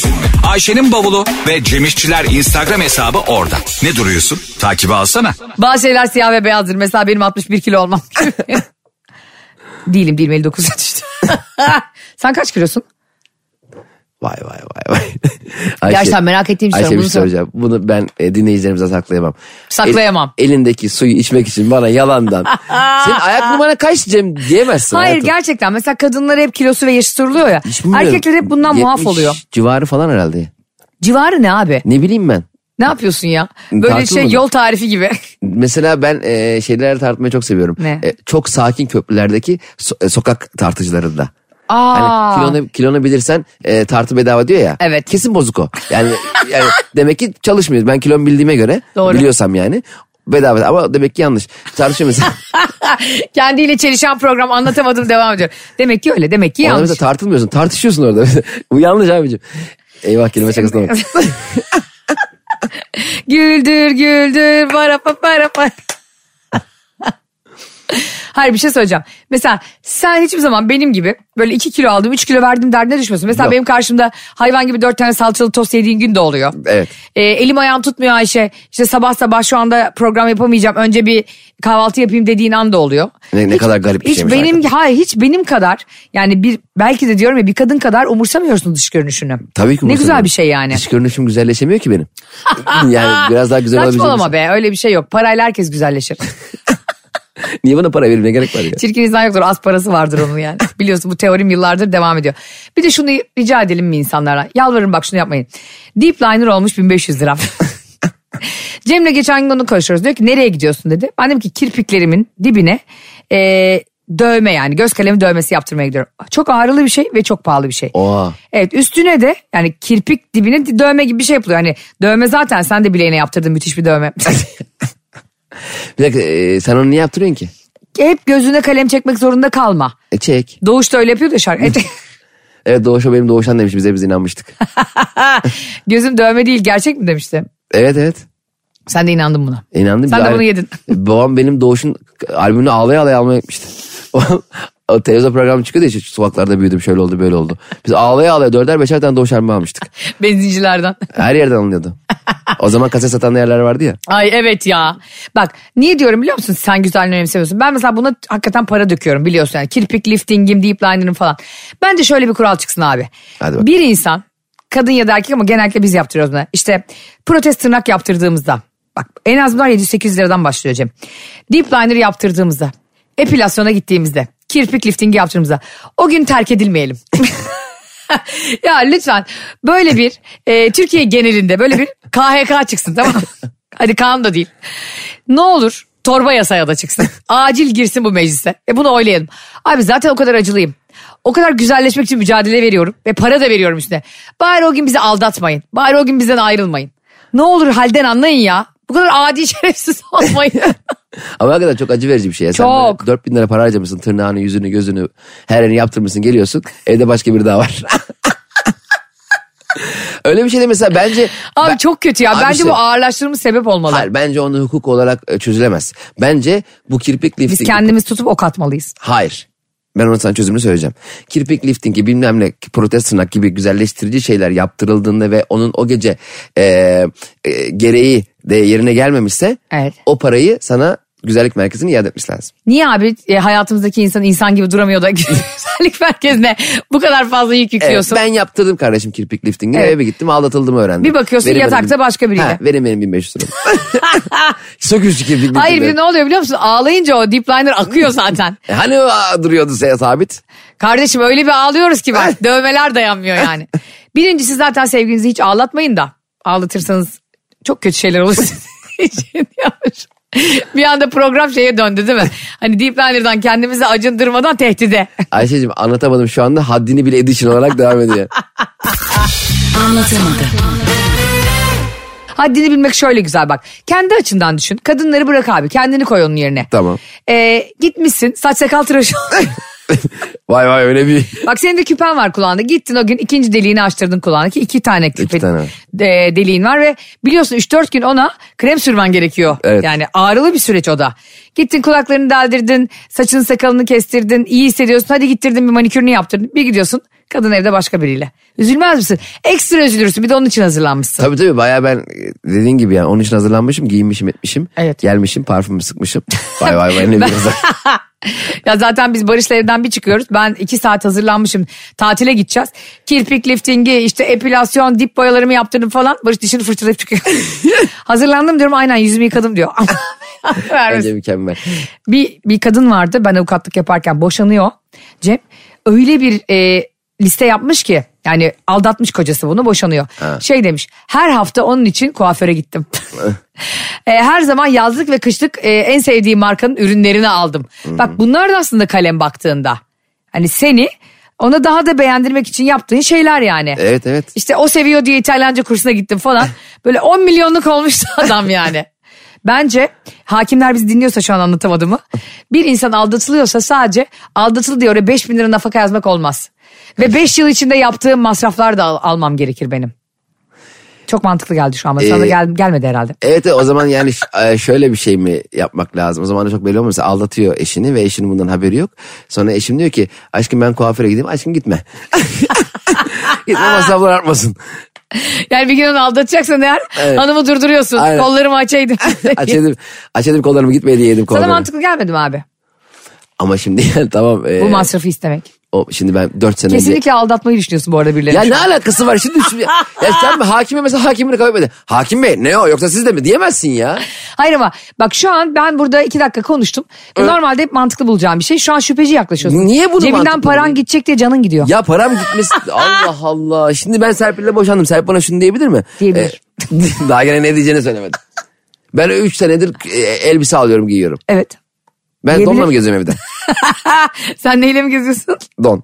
[SPEAKER 1] Ayşe'nin bavulu ve Cemişçiler Instagram hesabı orada. Ne duruyorsun? Takibi alsana.
[SPEAKER 2] Bazı şeyler siyah ve beyazdır. Mesela benim 61 kilo olmam. <laughs> Değilim değilim 59'a düştü. <laughs> Sen kaç kilosun?
[SPEAKER 3] Vay vay vay vay. <laughs> Ayşe,
[SPEAKER 2] Gerçekten merak ettiğim bir
[SPEAKER 3] Ayşe
[SPEAKER 2] soru,
[SPEAKER 3] bir
[SPEAKER 2] bunu
[SPEAKER 3] şey
[SPEAKER 2] sor.
[SPEAKER 3] soracağım. Bunu ben e, dinleyicilerimize saklayamam.
[SPEAKER 2] Saklayamam.
[SPEAKER 3] El- elindeki suyu içmek için
[SPEAKER 2] <laughs>
[SPEAKER 3] bana yalandan. Senin ayak numara kaç Cem diyemezsin.
[SPEAKER 2] Hayır
[SPEAKER 3] hayatım.
[SPEAKER 2] gerçekten mesela kadınlar hep kilosu ve yaşı soruluyor ya.
[SPEAKER 3] Hiç bilmiyorum.
[SPEAKER 2] Erkekler hep bundan
[SPEAKER 3] 70
[SPEAKER 2] muaf oluyor.
[SPEAKER 3] civarı falan herhalde.
[SPEAKER 2] Civarı ne abi?
[SPEAKER 3] Ne bileyim ben.
[SPEAKER 2] Ne yapıyorsun ya? Böyle
[SPEAKER 3] Tartılmadı
[SPEAKER 2] şey
[SPEAKER 3] mı?
[SPEAKER 2] yol tarifi gibi.
[SPEAKER 3] Mesela ben e, şeyleri tartmayı çok seviyorum.
[SPEAKER 2] Ne?
[SPEAKER 3] E, çok sakin köprülerdeki so- e, sokak tartıcılarında.
[SPEAKER 2] Aa.
[SPEAKER 3] <laughs> Hani kilonu, kilonu bilirsen e, tartı bedava diyor ya.
[SPEAKER 2] Evet.
[SPEAKER 3] Kesin bozuk o. Yani, yani demek ki çalışmıyor. Ben kilon bildiğime göre
[SPEAKER 2] Doğru.
[SPEAKER 3] biliyorsam yani bedava ama demek ki yanlış. Tartışıyor mesela.
[SPEAKER 2] <laughs> Kendiyle çelişen program anlatamadım devam ediyor. Demek ki öyle demek ki
[SPEAKER 3] Ona
[SPEAKER 2] <laughs> yanlış.
[SPEAKER 3] mesela tartılmıyorsun. Tartışıyorsun orada. <laughs> Bu yanlış abicim. Eyvah kelime şakasına
[SPEAKER 2] <laughs>
[SPEAKER 3] bak.
[SPEAKER 2] güldür güldür para pa para pa. Hayır bir şey söyleyeceğim. Mesela sen hiçbir zaman benim gibi böyle 2 kilo aldım 3 kilo verdim derdine düşmüyorsun. Mesela
[SPEAKER 3] Yok.
[SPEAKER 2] benim karşımda hayvan gibi 4 tane salçalı tost yediğin gün de oluyor.
[SPEAKER 3] Evet.
[SPEAKER 2] Ee, elim ayağım tutmuyor Ayşe. İşte sabah sabah şu anda program yapamayacağım. Önce bir kahvaltı yapayım dediğin anda oluyor.
[SPEAKER 3] Ne- ne kadar garip bir
[SPEAKER 2] hiç
[SPEAKER 3] şeymiş
[SPEAKER 2] benim,
[SPEAKER 3] hakikaten.
[SPEAKER 2] Hayır hiç benim kadar yani bir belki de diyorum ya bir kadın kadar umursamıyorsun dış görünüşünü.
[SPEAKER 3] Tabii ki
[SPEAKER 2] Ne
[SPEAKER 3] bu
[SPEAKER 2] güzel
[SPEAKER 3] sanırım.
[SPEAKER 2] bir şey yani.
[SPEAKER 3] Dış görünüşüm güzelleşemiyor
[SPEAKER 2] <laughs>
[SPEAKER 3] ki benim. yani biraz daha güzel olabilecek
[SPEAKER 2] Saçmalama be öyle bir şey yok. Parayla herkes
[SPEAKER 3] <laughs>
[SPEAKER 2] güzelleşir.
[SPEAKER 3] misin? Niye bana para vereyim ne gerek var ya?
[SPEAKER 2] Çirkin insan yoktur az parası vardır onun yani. Biliyorsun bu teorim yıllardır devam ediyor. Bir de şunu rica edelim mi insanlara? Yalvarırım bak şunu yapmayın. Deep liner olmuş 1500
[SPEAKER 3] <laughs>
[SPEAKER 2] lira. Cem'le geçen gün onu konuşuyoruz. Diyor ki nereye gidiyorsun dedi. Ben dedim ki kirpiklerimin dibine eee, dövme yani göz kalemi dövmesi yaptırmaya gidiyorum. Çok ağrılı bir şey ve çok pahalı bir şey.
[SPEAKER 3] Oha.
[SPEAKER 2] Evet üstüne de yani kirpik dibine dövme gibi bir şey yapılıyor. Hani dövme zaten sen de bileğine yaptırdın müthiş bir
[SPEAKER 3] <laughs>
[SPEAKER 2] dövme.
[SPEAKER 3] Bir dakika e, sen onu niye yaptırıyorsun ki?
[SPEAKER 2] Hep gözüne kalem çekmek zorunda kalma.
[SPEAKER 3] E çek.
[SPEAKER 2] Doğuş da öyle yapıyor da şarkı.
[SPEAKER 3] Evet Doğuş'a benim Doğuşan demiş bize
[SPEAKER 2] <laughs>
[SPEAKER 3] biz inanmıştık.
[SPEAKER 2] Gözüm dövme değil gerçek mi demişti.
[SPEAKER 3] evet evet.
[SPEAKER 2] Sen de inandın buna.
[SPEAKER 3] İnandım.
[SPEAKER 2] Sen de
[SPEAKER 3] Yani
[SPEAKER 2] bunu yedin.
[SPEAKER 3] <laughs> Babam benim Doğuş'un albümünü ağlaya ağlaya almaya gitmişti. <laughs> O, o televizyon programı çıkıyordu ya işte sokaklarda büyüdüm şöyle oldu böyle oldu. Biz ağlaya ağlaya dörder beşer tane Doğuş albümü almıştık.
[SPEAKER 2] Benzincilerden.
[SPEAKER 3] Her yerden alınıyordu. O zaman kaset satan yerler vardı ya.
[SPEAKER 2] Ay evet ya. Bak niye diyorum biliyor musun sen güzelliğini önemsemiyorsun. Ben mesela buna hakikaten para döküyorum biliyorsun yani. Kirpik, liftingim, deep liner'ım falan. Bence şöyle bir kural çıksın abi.
[SPEAKER 3] Hadi bakalım.
[SPEAKER 2] Bir insan kadın ya da erkek ama genellikle biz yaptırıyoruz bunu. İşte protest tırnak yaptırdığımızda. Bak en az bunlar 700-800 liradan başlıyor Cem. Deep liner yaptırdığımızda. Epilasyona gittiğimizde. Kirpik liftingi yaptırdığımızda. O gün terk edilmeyelim. <laughs> ya lütfen böyle bir e, Türkiye genelinde böyle bir KHK çıksın tamam
[SPEAKER 3] <laughs>
[SPEAKER 2] mı? Hadi Kaan da değil. Ne olur torba yasaya da çıksın. Acil girsin bu meclise. E bunu oylayalım. Abi zaten o kadar acılıyım. O kadar güzelleşmek için mücadele veriyorum ve para da veriyorum üstüne. Bari o gün bizi aldatmayın. Bari o gün bizden ayrılmayın. Ne olur halden anlayın ya. Bu kadar adi <laughs> şerefsiz olmayın.
[SPEAKER 3] Ama hakikaten çok acı verici bir şey. ya. Sen
[SPEAKER 2] Çok.
[SPEAKER 3] böyle 4000 lira para harcamışsın tırnağını, yüzünü, gözünü her yerini yaptırmışsın geliyorsun. Evde başka biri daha var. <laughs> Öyle bir şey de mesela bence
[SPEAKER 2] Abi çok kötü ya.
[SPEAKER 3] Abi
[SPEAKER 2] Bence
[SPEAKER 3] işte-
[SPEAKER 2] bu ağırlaştırılmış sebep olmalı.
[SPEAKER 3] Hayır bence onu hukuk olarak e, çözülemez. Bence bu kirpik
[SPEAKER 2] Biz
[SPEAKER 3] lifting...
[SPEAKER 2] kendimiz tutup ok atmalıyız.
[SPEAKER 3] Hayır. Ben onun sana çözümünü söyleyeceğim. Kirpik liftingi bilmem ne protest tırnak gibi güzelleştirici şeyler yaptırıldığında ve onun o gece e, e, gereği de yerine gelmemişse
[SPEAKER 2] Evet.
[SPEAKER 3] o parayı sana güzellik merkezine iade etmiş lazım.
[SPEAKER 2] Niye abi e, hayatımızdaki insan insan gibi duramıyor da <laughs> güzellik merkezine bu kadar fazla yük
[SPEAKER 3] Evet,
[SPEAKER 2] yüklüyorsun?
[SPEAKER 3] ben yaptırdım kardeşim kirpik liftingi.
[SPEAKER 2] Evet.
[SPEAKER 3] Eve gittim aldatıldığımı öğrendim.
[SPEAKER 2] Bir bakıyorsun yatakta başka biriyle.
[SPEAKER 3] Ha, verin benim 1500
[SPEAKER 2] <laughs>
[SPEAKER 3] lira. Çok üzücü kirpik liftingi.
[SPEAKER 2] Hayır bir de ne oluyor biliyor musun? Ağlayınca o deep liner akıyor zaten.
[SPEAKER 3] E, Hani o, aa, duruyordu size sabit?
[SPEAKER 2] Kardeşim öyle bir ağlıyoruz ki bak dövmeler dayanmıyor yani. Birincisi zaten sevginizi hiç ağlatmayın da ağlatırsanız çok kötü şeyler olur. <laughs> Şimdi yanlış. bir anda program şeye döndü değil mi? Hani deep liner'dan kendimizi acındırmadan tehdide.
[SPEAKER 3] Ayşe'cim anlatamadım şu anda haddini bile edişin olarak devam
[SPEAKER 2] <laughs>
[SPEAKER 3] ediyor.
[SPEAKER 4] Anlatamadım.
[SPEAKER 2] Haddini bilmek şöyle güzel bak. Kendi açından düşün. Kadınları bırak abi. Kendini koy onun yerine.
[SPEAKER 3] Tamam.
[SPEAKER 2] Ee, gitmişsin saç sakal
[SPEAKER 3] <laughs>
[SPEAKER 2] tıraşı.
[SPEAKER 3] Vay vay öyle bir.
[SPEAKER 2] bak senin de küpen var kulağında. Gittin o gün ikinci deliğini açtırdın kulağına ki iki tane küpe
[SPEAKER 3] İki tane.
[SPEAKER 2] de- deliğin var ve biliyorsun 3-4 gün ona krem sürmen gerekiyor.
[SPEAKER 3] Evet.
[SPEAKER 2] Yani ağrılı bir süreç o da. Gittin kulaklarını deldirdin, saçını sakalını kestirdin, iyi hissediyorsun. Hadi gittirdin bir manikürünü yaptırdın. Bir gidiyorsun kadın evde başka biriyle. Üzülmez misin? Ekstra üzülürsün bir de onun için hazırlanmışsın.
[SPEAKER 3] Tabii tabii bayağı ben e, dediğin gibi yani onun için hazırlanmışım, giyinmişim, etmişim.
[SPEAKER 2] Evet.
[SPEAKER 3] Gelmişim,
[SPEAKER 2] <laughs>
[SPEAKER 3] parfümü sıkmışım. Vay vay vay ne bir yazar.
[SPEAKER 2] Ya zaten biz Barış'la evden bir çıkıyoruz. Ben iki saat hazırlanmışım. Tatile gideceğiz. Kirpik liftingi, işte epilasyon, dip boyalarımı yaptırdım falan. Barış dişini fırçalayıp çıkıyor. Hazırlandım diyorum aynen yüzümü yıkadım diyor. <laughs>
[SPEAKER 3] Bence mükemmel.
[SPEAKER 2] bir, bir kadın vardı ben avukatlık yaparken boşanıyor. Cem öyle bir e, liste yapmış ki yani aldatmış kocası bunu boşanıyor. Şey demiş her hafta onun için kuaföre gittim. E, her zaman yazlık ve kışlık e, en sevdiğim markanın ürünlerini aldım. Bak bunlar da aslında kalem baktığında. Hani seni ona daha da beğendirmek için yaptığın şeyler yani.
[SPEAKER 3] Evet evet.
[SPEAKER 2] İşte o seviyor diye İtalyanca kursuna gittim
[SPEAKER 3] <laughs>
[SPEAKER 2] falan. Böyle 10 milyonluk olmuştu <laughs> adam yani. Bence hakimler bizi dinliyorsa şu an anlatamadığımı. Bir insan aldatılıyorsa sadece aldatıldı diye oraya 5 bin lira nafaka yazmak olmaz. Ve 5 yıl içinde yaptığım masraflar da al- almam gerekir benim. Çok mantıklı geldi şu an. Sana da
[SPEAKER 3] Ee,
[SPEAKER 2] gel, gelmedi
[SPEAKER 3] <laughs>
[SPEAKER 2] herhalde.
[SPEAKER 3] Evet evet, o zaman yani ş- e, şöyle bir şey mi yapmak lazım? O zaman da çok belli olmaz. Mesela aldatıyor eşini ve eşinin bundan haberi yok. Sonra eşim diyor ki aşkım ben kuaföre gideyim.
[SPEAKER 2] <laughs>
[SPEAKER 3] Aşkım gitme. gitme masraflar artmasın.
[SPEAKER 2] Yani bir gün onu aldatacaksan eğer
[SPEAKER 3] Evet.
[SPEAKER 2] hanımı durduruyorsun.
[SPEAKER 3] Aynen.
[SPEAKER 2] Kollarımı
[SPEAKER 3] <laughs>
[SPEAKER 2] açaydım.
[SPEAKER 3] Açedim, açedim kollarımı gitme diye yedim
[SPEAKER 2] Sana
[SPEAKER 3] kollarımı.
[SPEAKER 2] mantıklı gelmedi mi abi?
[SPEAKER 3] Ama şimdi <laughs> yani tamam. e,
[SPEAKER 2] Bu masrafı istemek.
[SPEAKER 3] o, şimdi ben 4 sene önce.
[SPEAKER 2] Kesinlikle aldatmayı düşünüyorsun bu arada birileri.
[SPEAKER 3] Ya ne alakası var şimdi? şimdi ya sen bir hakime mesela hakimini kabul etmedin. Hakim bey ne o yoksa siz de mi diyemezsin ya.
[SPEAKER 2] Hayır ama bak şu an ben burada iki dakika konuştum. Bu normalde hep mantıklı bulacağım bir şey. Şu an şüpheci yaklaşıyorsun.
[SPEAKER 3] Niye bunu
[SPEAKER 2] Cebinden
[SPEAKER 3] mantıklı
[SPEAKER 2] paran
[SPEAKER 3] bulayım?
[SPEAKER 2] gidecek diye canın gidiyor.
[SPEAKER 3] Ya param gitmesi
[SPEAKER 2] <laughs>
[SPEAKER 3] Allah Allah. Şimdi ben Serpil'le boşandım. Serpil bana şunu diyebilir mi?
[SPEAKER 2] Diyebilir.
[SPEAKER 3] Ee, <laughs> daha gene ne diyeceğini söylemedim. Ben 3 senedir e, elbise alıyorum giyiyorum.
[SPEAKER 2] Evet.
[SPEAKER 3] Ben
[SPEAKER 2] Diyebilir.
[SPEAKER 3] donla mı geziyorum evde?
[SPEAKER 2] Sen neyle mi geziyorsun?
[SPEAKER 3] Don.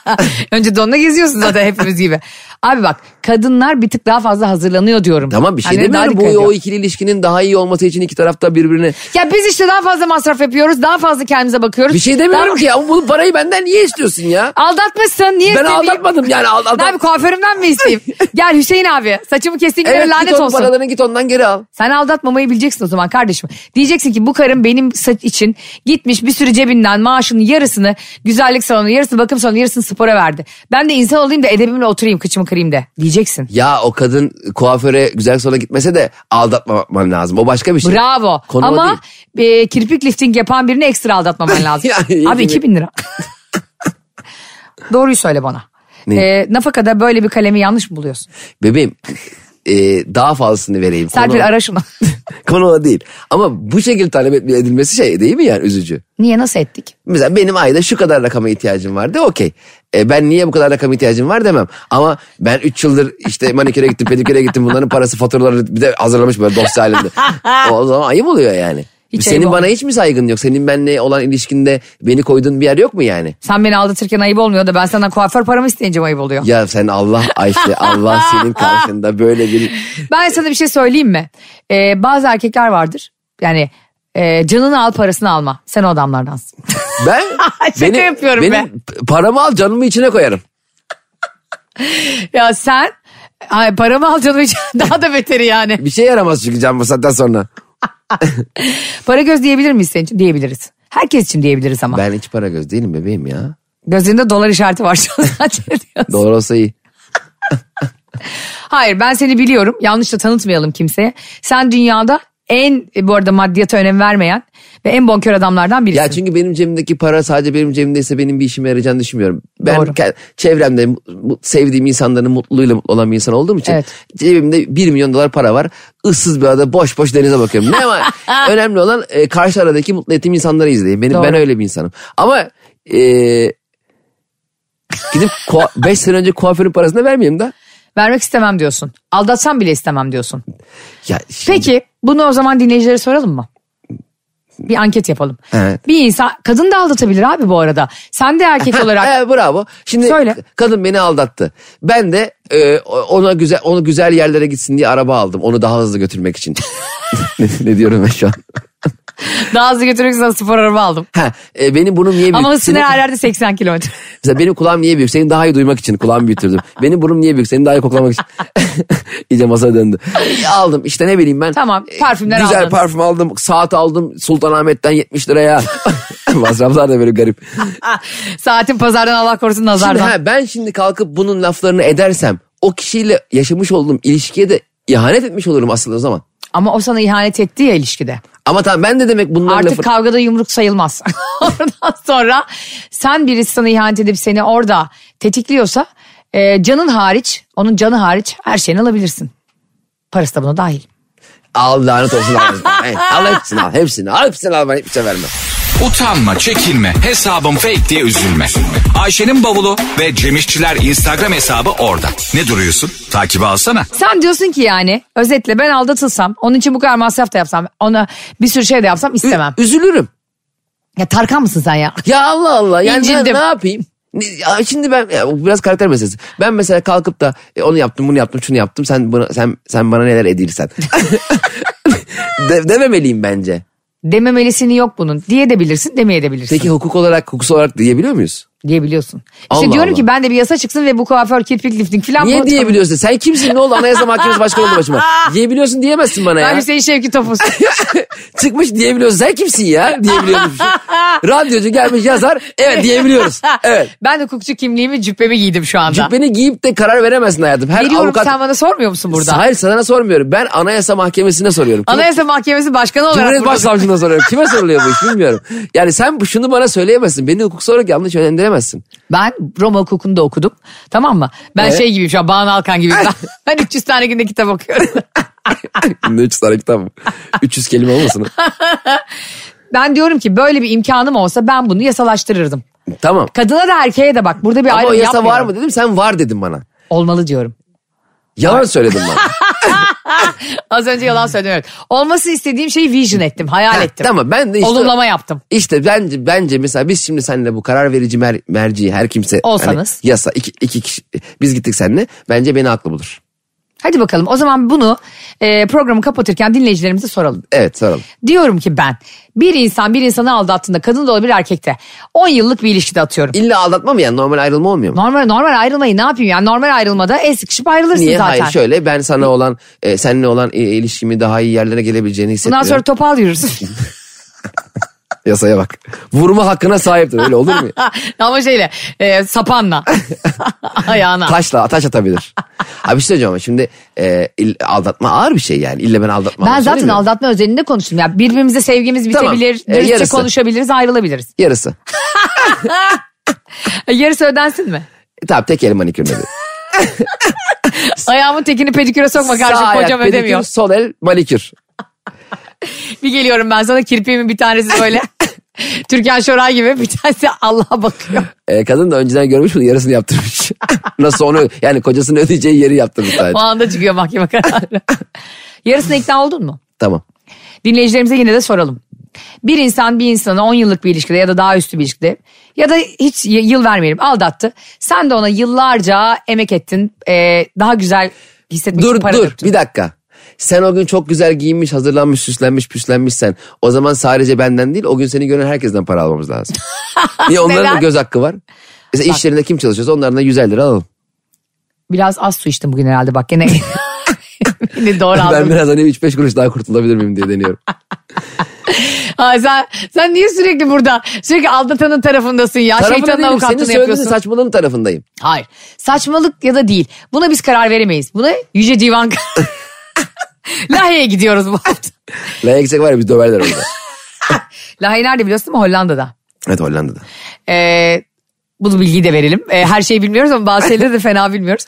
[SPEAKER 2] <laughs> Önce donla geziyorsun zaten hepimiz gibi. Abi bak kadınlar bir tık daha fazla hazırlanıyor diyorum.
[SPEAKER 3] Tamam bir şey
[SPEAKER 2] Anneler daha
[SPEAKER 3] demiyorum. Bu
[SPEAKER 2] dikkat ediyor.
[SPEAKER 3] o ikili ilişkinin daha iyi olması için iki tarafta birbirine...
[SPEAKER 2] Ya biz işte daha fazla masraf yapıyoruz. Daha fazla kendimize bakıyoruz.
[SPEAKER 3] Bir şey demiyorum
[SPEAKER 2] Daha-
[SPEAKER 3] ki ama bu parayı benden niye istiyorsun ya?
[SPEAKER 2] Aldatmışsın. Niye
[SPEAKER 3] Ben
[SPEAKER 2] istemeyeyim?
[SPEAKER 3] aldatmadım yani
[SPEAKER 2] Ne abi
[SPEAKER 3] aldatmadım.
[SPEAKER 2] kuaförümden mi
[SPEAKER 3] <laughs>
[SPEAKER 2] isteyeyim? Gel Hüseyin abi saçımı kestin evet,
[SPEAKER 3] Evet git
[SPEAKER 2] lanet
[SPEAKER 3] onun
[SPEAKER 2] olsun.
[SPEAKER 3] paralarını git ondan geri al.
[SPEAKER 2] Sen aldatmamayı bileceksin o zaman kardeşim. Diyeceksin ki bu karım benim saç için gitmiş bir sürü cebinden maaşının yarısını güzellik salonu yarısını bakım salonu yarısını spora verdi. Ben de insan olayım da edebimle oturayım kıçımı kırayım de diyeceksin.
[SPEAKER 3] Ya o kadın kuaföre güzel salona gitmese de aldatmaman lazım. O başka bir şey.
[SPEAKER 2] Bravo.
[SPEAKER 3] Konu o
[SPEAKER 2] Ama
[SPEAKER 3] değil.
[SPEAKER 2] e, kirpik lifting yapan birini ekstra
[SPEAKER 3] <laughs>
[SPEAKER 2] aldatmaman lazım.
[SPEAKER 3] Yani
[SPEAKER 2] Abi
[SPEAKER 3] iyi
[SPEAKER 2] 2000
[SPEAKER 3] <laughs>
[SPEAKER 2] lira. Doğruyu söyle bana.
[SPEAKER 3] Ne?
[SPEAKER 2] E, nafakada böyle bir kalemi yanlış mı buluyorsun?
[SPEAKER 3] Bebeğim e, daha fazlasını vereyim. Konu-
[SPEAKER 2] Serpil ara şunu. <laughs>
[SPEAKER 3] Konu o değil. Ama bu şekilde talep etme- edilmesi şey değil mi yani üzücü?
[SPEAKER 2] Niye nasıl ettik?
[SPEAKER 3] Mesela benim ayda şu kadar rakama ihtiyacım vardı okey. E, ben niye bu kadar rakama ihtiyacım var demem. Ama ben 3 yıldır işte maniküre gittim pediküre gittim bunların parası faturaları bir de hazırlamış böyle
[SPEAKER 2] <laughs>
[SPEAKER 3] dosya halinde. o zaman ayıp oluyor yani.
[SPEAKER 2] Hiç
[SPEAKER 3] senin
[SPEAKER 2] ayıp
[SPEAKER 3] bana
[SPEAKER 2] olmuyor.
[SPEAKER 3] hiç mi saygın yok? Senin benimle olan ilişkinde beni koyduğun bir yer yok mu yani?
[SPEAKER 2] Sen beni aldatırken ayıp olmuyor da ben senden kuaför paramı isteyince mi ayıp oluyor.
[SPEAKER 3] Ya sen Allah Ayşe Allah senin karşında böyle bir
[SPEAKER 2] Ben sana bir şey söyleyeyim mi? Ee, bazı erkekler vardır. Yani e, canını al parasını alma. Sen o adamlardansın.
[SPEAKER 3] ben
[SPEAKER 2] <laughs> Şaka yapıyorum
[SPEAKER 3] benim
[SPEAKER 2] be.
[SPEAKER 3] paramı al canımı içine koyarım.
[SPEAKER 2] ya sen ay, paramı al canım için <laughs> daha da beteri yani.
[SPEAKER 3] Bir şey yaramaz çünkü can bu saatten sonra.
[SPEAKER 2] Para göz diyebilir miyiz senin için? Diyebiliriz. Herkes için diyebiliriz ama.
[SPEAKER 3] Ben hiç para göz değilim bebeğim ya.
[SPEAKER 2] Gözünde dolar işareti var. şu
[SPEAKER 3] <laughs>
[SPEAKER 2] an sadece diyorsun.
[SPEAKER 3] Doğru olsa iyi.
[SPEAKER 2] Hayır ben seni biliyorum. Yanlış da tanıtmayalım kimseye. Sen dünyada en e, bu arada maddiyata önem vermeyen ve en bonkör adamlardan birisin.
[SPEAKER 3] Ya çünkü benim cebimdeki para sadece benim cebimdeyse benim bir işime yarayacağını düşünmüyorum. Ben
[SPEAKER 2] Doğru.
[SPEAKER 3] ke- çevremde mu- mu- sevdiğim insanların mutluluğuyla mutlu olan bir insan olduğum için
[SPEAKER 2] Evet.
[SPEAKER 3] cebimde 1 milyon dolar para var. Issız bir ada boş boş denize bakıyorum.
[SPEAKER 2] <laughs>
[SPEAKER 3] Ne var? Önemli olan e, karşı aradaki mutlu ettiğim insanları izleyin. Benim, ben
[SPEAKER 2] Doğru.
[SPEAKER 3] öyle bir insanım. Ama e, gidip 5 sene önce kuaförün parasını da vermeyeyim da.
[SPEAKER 2] Vermek istemem diyorsun. Aldatsam bile istemem diyorsun.
[SPEAKER 3] Ya şimdi-
[SPEAKER 2] Peki bunu o zaman dinleyicilere soralım mı? Bir anket yapalım.
[SPEAKER 3] Evet.
[SPEAKER 2] Bir insan kadın da aldatabilir abi bu arada. Sen de
[SPEAKER 3] <laughs>
[SPEAKER 2] erkek olarak
[SPEAKER 3] Ee, bravo. Şimdi
[SPEAKER 2] Söyle.
[SPEAKER 3] kadın beni aldattı. Ben de e, ona güzel onu güzel yerlere gitsin diye araba aldım. Onu daha hızlı götürmek için. <laughs> ne, ne diyorum ben şu an?
[SPEAKER 2] daha hızlı götürmek için spor araba aldım.
[SPEAKER 3] Ha, e, benim bunun niye büyük?
[SPEAKER 2] Ama hızlı
[SPEAKER 3] Senin-
[SPEAKER 2] nerelerde 80 kilometre.
[SPEAKER 3] Mesela benim kulağım niye büyük? Seni daha iyi duymak için
[SPEAKER 2] <laughs>
[SPEAKER 3] kulağımı büyütürdüm. benim burnum niye büyük? Seni daha iyi koklamak için. <laughs> İyice masa döndü. Aldım işte ne bileyim ben.
[SPEAKER 2] Tamam,
[SPEAKER 3] E,
[SPEAKER 2] parfümler
[SPEAKER 3] Güzel
[SPEAKER 2] aldın.
[SPEAKER 3] parfüm aldım. Saat aldım. Sultanahmet'ten 70 liraya. <laughs> Masraflar da böyle garip.
[SPEAKER 2] <laughs> Saatin pazardan Allah korusun
[SPEAKER 3] Şimdi
[SPEAKER 2] nazardan.
[SPEAKER 3] ha, ben şimdi kalkıp bunun laflarını edersem o kişiyle yaşamış olduğum ilişkiye de ihanet etmiş olurum aslında o zaman.
[SPEAKER 2] Ama o sana ihanet etti ya ilişkide.
[SPEAKER 3] Ama tamam ben de demek bunların
[SPEAKER 2] Artık
[SPEAKER 3] lafı...
[SPEAKER 2] kavgada yumruk sayılmaz. <laughs> Oradan sonra sen birisi sana ihanet edip seni orada tetikliyorsa e, canın hariç, onun canı hariç her şeyini alabilirsin. Parası da buna dahil.
[SPEAKER 3] Al lanet
[SPEAKER 2] <laughs>
[SPEAKER 3] olsun al. Evet, al hepsini al hepsini al hepsini al bana hiçbir şey verme.
[SPEAKER 1] Utanma, çekinme, hesabım fake diye üzülme. Ayşe'nin bavulu ve Cemişçiler Instagram hesabı orada. Ne duruyorsun? Takibi alsana.
[SPEAKER 2] Sen diyorsun ki yani özetle ben aldatılsam onun için bu kadar masraf da yapsam ona bir sürü şey de yapsam
[SPEAKER 3] Ü-
[SPEAKER 2] istemem.
[SPEAKER 3] üzülürüm.
[SPEAKER 2] Ya Tarkan mısın sen ya?
[SPEAKER 3] Ya Allah Allah yani ben
[SPEAKER 2] İncindim.
[SPEAKER 3] ne yapayım? Ne- ya Şimdi ben ya bu biraz karakter meselesi. Ben mesela kalkıp da e, onu yaptım, bunu yaptım, şunu yaptım. Sen bana sen sen bana neler edilirsen. <laughs> De, dememeliyim bence.
[SPEAKER 2] Dememelisini yok bunun diye de bilirsin demeye de bilirsin.
[SPEAKER 3] Peki hukuk olarak, hukuksal olarak diyebiliyor muyuz?
[SPEAKER 2] diyebiliyorsun. İşte
[SPEAKER 3] Allah
[SPEAKER 2] diyorum
[SPEAKER 3] Allah.
[SPEAKER 2] ki ben de bir yasa çıksın ve bu kuaför kirpik lifting falan.
[SPEAKER 3] Niye
[SPEAKER 2] bunu-
[SPEAKER 3] diyebiliyorsun? Sen kimsin ne oldu? Anayasa Mahkemesi Başkanı oldu
[SPEAKER 2] <laughs>
[SPEAKER 3] başıma. Diyebiliyorsun diyemezsin bana
[SPEAKER 2] Ben şey-
[SPEAKER 3] ya.
[SPEAKER 2] Hüseyin Şevki Topuz.
[SPEAKER 3] <laughs> Çıkmış diyebiliyorsun. Sen kimsin ya? Diyebiliyormuş.
[SPEAKER 2] <laughs>
[SPEAKER 3] Radyocu gelmiş yazar. Evet diyebiliyoruz. Evet.
[SPEAKER 2] ben de hukukçu kimliğimi cübbemi giydim şu anda.
[SPEAKER 3] Cübbeni giyip de karar veremezsin hayatım. Her
[SPEAKER 2] Veriyorum
[SPEAKER 3] avukat...
[SPEAKER 2] sen bana sormuyor musun burada?
[SPEAKER 3] Hayır sana sormuyorum. Ben Anayasa Mahkemesi'ne soruyorum. Kim-
[SPEAKER 2] Anayasa Mahkemesi Başkanı olarak
[SPEAKER 3] Cumhuriyet
[SPEAKER 2] burada-
[SPEAKER 3] Başsavcılığına soruyorum. Kime soruluyor bu iş bilmiyorum. Yani sen bu- şunu bana söyleyemezsin. Beni hukuk olarak yanlış yönlendiremezsin. <laughs>
[SPEAKER 2] Ben Roma hukukunu da okudum. Tamam mı? Ben
[SPEAKER 3] Evet.
[SPEAKER 2] şey gibiyim şu an Bahan Alkan gibiyim. Ben- ben 300 tane günde kitap okuyorum.
[SPEAKER 3] Bunda 300 tane kitap mı? 300 kelime olmasın.
[SPEAKER 2] ben diyorum ki böyle bir imkanım olsa ben bunu yasalaştırırdım.
[SPEAKER 3] tamam.
[SPEAKER 2] Kadına da erkeğe de bak burada bir
[SPEAKER 3] Ama o
[SPEAKER 2] ayrım
[SPEAKER 3] yasa var
[SPEAKER 2] yapmıyorum.
[SPEAKER 3] mı dedim. Sen var dedin bana.
[SPEAKER 2] Olmalı diyorum.
[SPEAKER 3] Yalan söyledin bana.
[SPEAKER 2] Az önce yalan söylemiyorum. Olması istediğim şeyi vision ettim, hayal
[SPEAKER 3] Ha,
[SPEAKER 2] ettim.
[SPEAKER 3] Tamam ben de işte...
[SPEAKER 2] Olumlama yaptım.
[SPEAKER 3] İşte bence bence mesela biz şimdi seninle bu karar verici mer- merci her kimse
[SPEAKER 2] Olsanız.
[SPEAKER 3] hani yasa iki, iki kişi biz gittik seninle bence beni haklı bulur.
[SPEAKER 2] Hadi bakalım o zaman bunu e, programı kapatırken dinleyicilerimize soralım.
[SPEAKER 3] Evet soralım.
[SPEAKER 2] Diyorum ki ben bir insan bir insanı aldattığında kadın da olabilir erkek de 10 yıllık bir ilişkide atıyorum.
[SPEAKER 3] İlla aldatma mı yani normal ayrılma olmuyor mu?
[SPEAKER 2] Normal normal ayrılmayı ne yapayım yani normal ayrılmada el sıkışıp ayrılırsın
[SPEAKER 3] Niye?
[SPEAKER 2] zaten.
[SPEAKER 3] Hayır şöyle ben sana olan e, seninle olan e, ilişkimi daha iyi yerlere gelebileceğini
[SPEAKER 2] Bundan
[SPEAKER 3] hissediyorum.
[SPEAKER 2] sonra topal
[SPEAKER 3] <laughs>
[SPEAKER 2] yürürsün.
[SPEAKER 3] Yasaya bak. Vurma hakkına sahiptir öyle olur
[SPEAKER 2] <laughs>
[SPEAKER 3] mu?
[SPEAKER 2] <laughs> Ama şeyle e,
[SPEAKER 3] <laughs>
[SPEAKER 2] sapanla ayağına.
[SPEAKER 3] Taşla taş atabilir. Abi bir şey söyleyeceğim ama şimdi e, il- aldatma ağır bir şey yani. İlle ben aldatma.
[SPEAKER 2] ben
[SPEAKER 3] olduğunu
[SPEAKER 2] zaten
[SPEAKER 3] söylemiyorum.
[SPEAKER 2] aldatma özelinde konuştum. Ya birbirimize sevgimiz
[SPEAKER 3] Tamam.
[SPEAKER 2] bitebilir,
[SPEAKER 3] E,
[SPEAKER 2] dürüstçe
[SPEAKER 3] yarısı.
[SPEAKER 2] konuşabiliriz, ayrılabiliriz.
[SPEAKER 3] Yarısı.
[SPEAKER 2] E, Yarısı ödensin mi?
[SPEAKER 3] E, tamam tek el manikürüne de.
[SPEAKER 2] <laughs> Ayağımın tekini pediküre sokma
[SPEAKER 3] Sağ
[SPEAKER 2] karşı
[SPEAKER 3] ayak
[SPEAKER 2] kocam
[SPEAKER 3] pedikür,
[SPEAKER 2] ödemiyor.
[SPEAKER 3] Sol el manikür.
[SPEAKER 2] Bir geliyorum ben sana kirpiğimin bir tanesi
[SPEAKER 3] <laughs>
[SPEAKER 2] böyle. Türkan Şoray gibi bir tanesi Allah'a bakıyor.
[SPEAKER 3] E, kadın da önceden görmüş bunu yarısını yaptırmış. <laughs> Nasıl onu yani kocasının ödeyeceği yeri yaptırmış
[SPEAKER 2] O
[SPEAKER 3] sadece.
[SPEAKER 2] anda çıkıyor mahkeme
[SPEAKER 3] <laughs>
[SPEAKER 2] kararı. Yarısına ikna oldun mu?
[SPEAKER 3] tamam.
[SPEAKER 2] Dinleyicilerimize yine de soralım. Bir insan bir insana 10 yıllık bir ilişkide ya da daha üstü bir ilişkide ya da hiç y- yıl vermeyelim aldattı. Sen de ona yıllarca emek ettin. Ee, daha güzel hissetmek için
[SPEAKER 3] Dur
[SPEAKER 2] para
[SPEAKER 3] dur
[SPEAKER 2] döktün.
[SPEAKER 3] bir dakika. Sen o gün çok güzel giyinmiş, hazırlanmış, süslenmiş, püslenmişsen o zaman sadece benden değil o gün seni gören herkesten para
[SPEAKER 2] <laughs>
[SPEAKER 3] almamız lazım. Niye onların da
[SPEAKER 2] Neden?
[SPEAKER 3] göz hakkı var? Mesela iş yerinde kim çalışıyorsa onlardan da 150 lira alalım. <laughs>
[SPEAKER 2] Biraz az su içtim bugün herhalde bak gene. Yine doğru
[SPEAKER 3] Ben
[SPEAKER 2] aldım.
[SPEAKER 3] biraz hani 3-5 kuruş daha kurtulabilir miyim diye deniyorum.
[SPEAKER 2] Ay sen, sen niye sürekli burada sürekli aldatanın tarafındasın ya
[SPEAKER 3] Tarafında
[SPEAKER 2] <laughs> şeytanın
[SPEAKER 3] değilim. Senin
[SPEAKER 2] avukatlığını
[SPEAKER 3] söylediğin
[SPEAKER 2] yapıyorsun.
[SPEAKER 3] saçmalığın tarafındayım.
[SPEAKER 2] Hayır saçmalık ya da değil buna biz karar veremeyiz. Buna Yüce
[SPEAKER 3] <laughs>
[SPEAKER 2] Divan <laughs> Lahey'e gidiyoruz bu hafta.
[SPEAKER 3] Laya gitsek var ya biz döverler orada.
[SPEAKER 2] Lahey nerede biliyorsun değil mi? Hollanda'da.
[SPEAKER 3] evet Hollanda'da.
[SPEAKER 2] Ee, bunu bilgiyi de verelim. Ee, her şeyi bilmiyoruz ama bazı şeyleri de fena bilmiyoruz.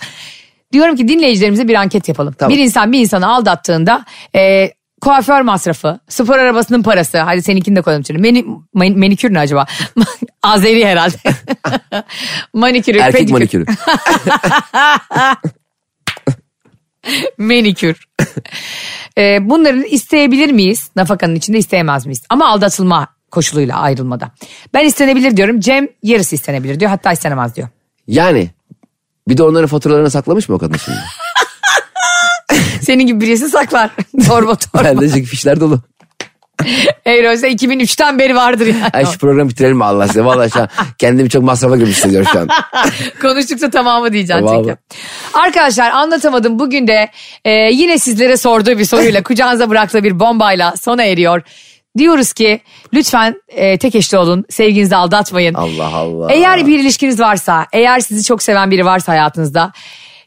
[SPEAKER 2] Diyorum ki dinleyicilerimize bir anket yapalım.
[SPEAKER 3] Tamam.
[SPEAKER 2] Bir insan bir insanı aldattığında e, kuaför masrafı, spor arabasının parası. Hadi seninkini de koyalım içine. Meni, men- manikür ne acaba? <laughs> Azeri herhalde.
[SPEAKER 3] <laughs>
[SPEAKER 2] manikürü,
[SPEAKER 3] Erkek
[SPEAKER 2] pedikür,
[SPEAKER 3] manikürü.
[SPEAKER 2] <laughs>
[SPEAKER 3] <laughs>
[SPEAKER 2] menikür. Ee, bunları isteyebilir miyiz? Nafakanın içinde isteyemez miyiz? Ama aldatılma koşuluyla ayrılmada. Ben istenebilir diyorum. Cem yarısı istenebilir diyor. Hatta istenemez diyor.
[SPEAKER 3] Yani bir de onların faturalarını saklamış mı o kadın şimdi?
[SPEAKER 2] Senin gibi birisi saklar. <laughs> Torba torba.
[SPEAKER 3] Bende çünkü fişler dolu.
[SPEAKER 2] Eğer öyleyse 2003'ten beri vardır yani.
[SPEAKER 3] Ay şu programı bitirelim mi Allah size? Vallahi şu an kendimi çok masrafa girmiş hissediyorum şu an.
[SPEAKER 2] Konuştukça tamamı diyeceksin
[SPEAKER 3] Tamamı.
[SPEAKER 2] çünkü. Arkadaşlar anlatamadım bugün de e, yine sizlere sorduğu bir
[SPEAKER 3] <laughs>
[SPEAKER 2] soruyla kucağınıza bıraktığı bir bombayla sona eriyor. Diyoruz ki lütfen e, tek eşli olun sevginizi aldatmayın.
[SPEAKER 3] Allah Allah.
[SPEAKER 2] Eğer bir ilişkiniz varsa eğer sizi çok seven biri varsa hayatınızda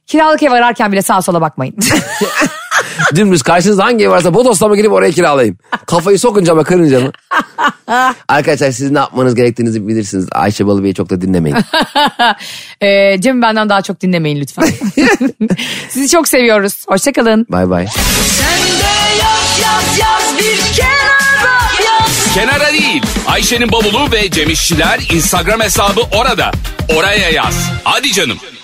[SPEAKER 2] kiralık ev ararken bile sağa sola bakmayın. <laughs>
[SPEAKER 3] Dümdüz karşınızda hangi ev varsa Bodos'ta mı girip oraya kiralayın. Kafayı sokunca mı kırınca mı? Arkadaşlar siz ne yapmanız gerektiğinizi bilirsiniz. Ayşe Balıbey'i çok da dinlemeyin.
[SPEAKER 2] e, Cem'i benden daha çok dinlemeyin
[SPEAKER 3] <laughs>
[SPEAKER 2] lütfen. sizi çok seviyoruz. Hoşçakalın.
[SPEAKER 3] Bay bay.
[SPEAKER 1] Kenara değil. Ayşe'nin bavulu ve Cemişçiler Instagram hesabı orada. Oraya yaz. Hadi canım.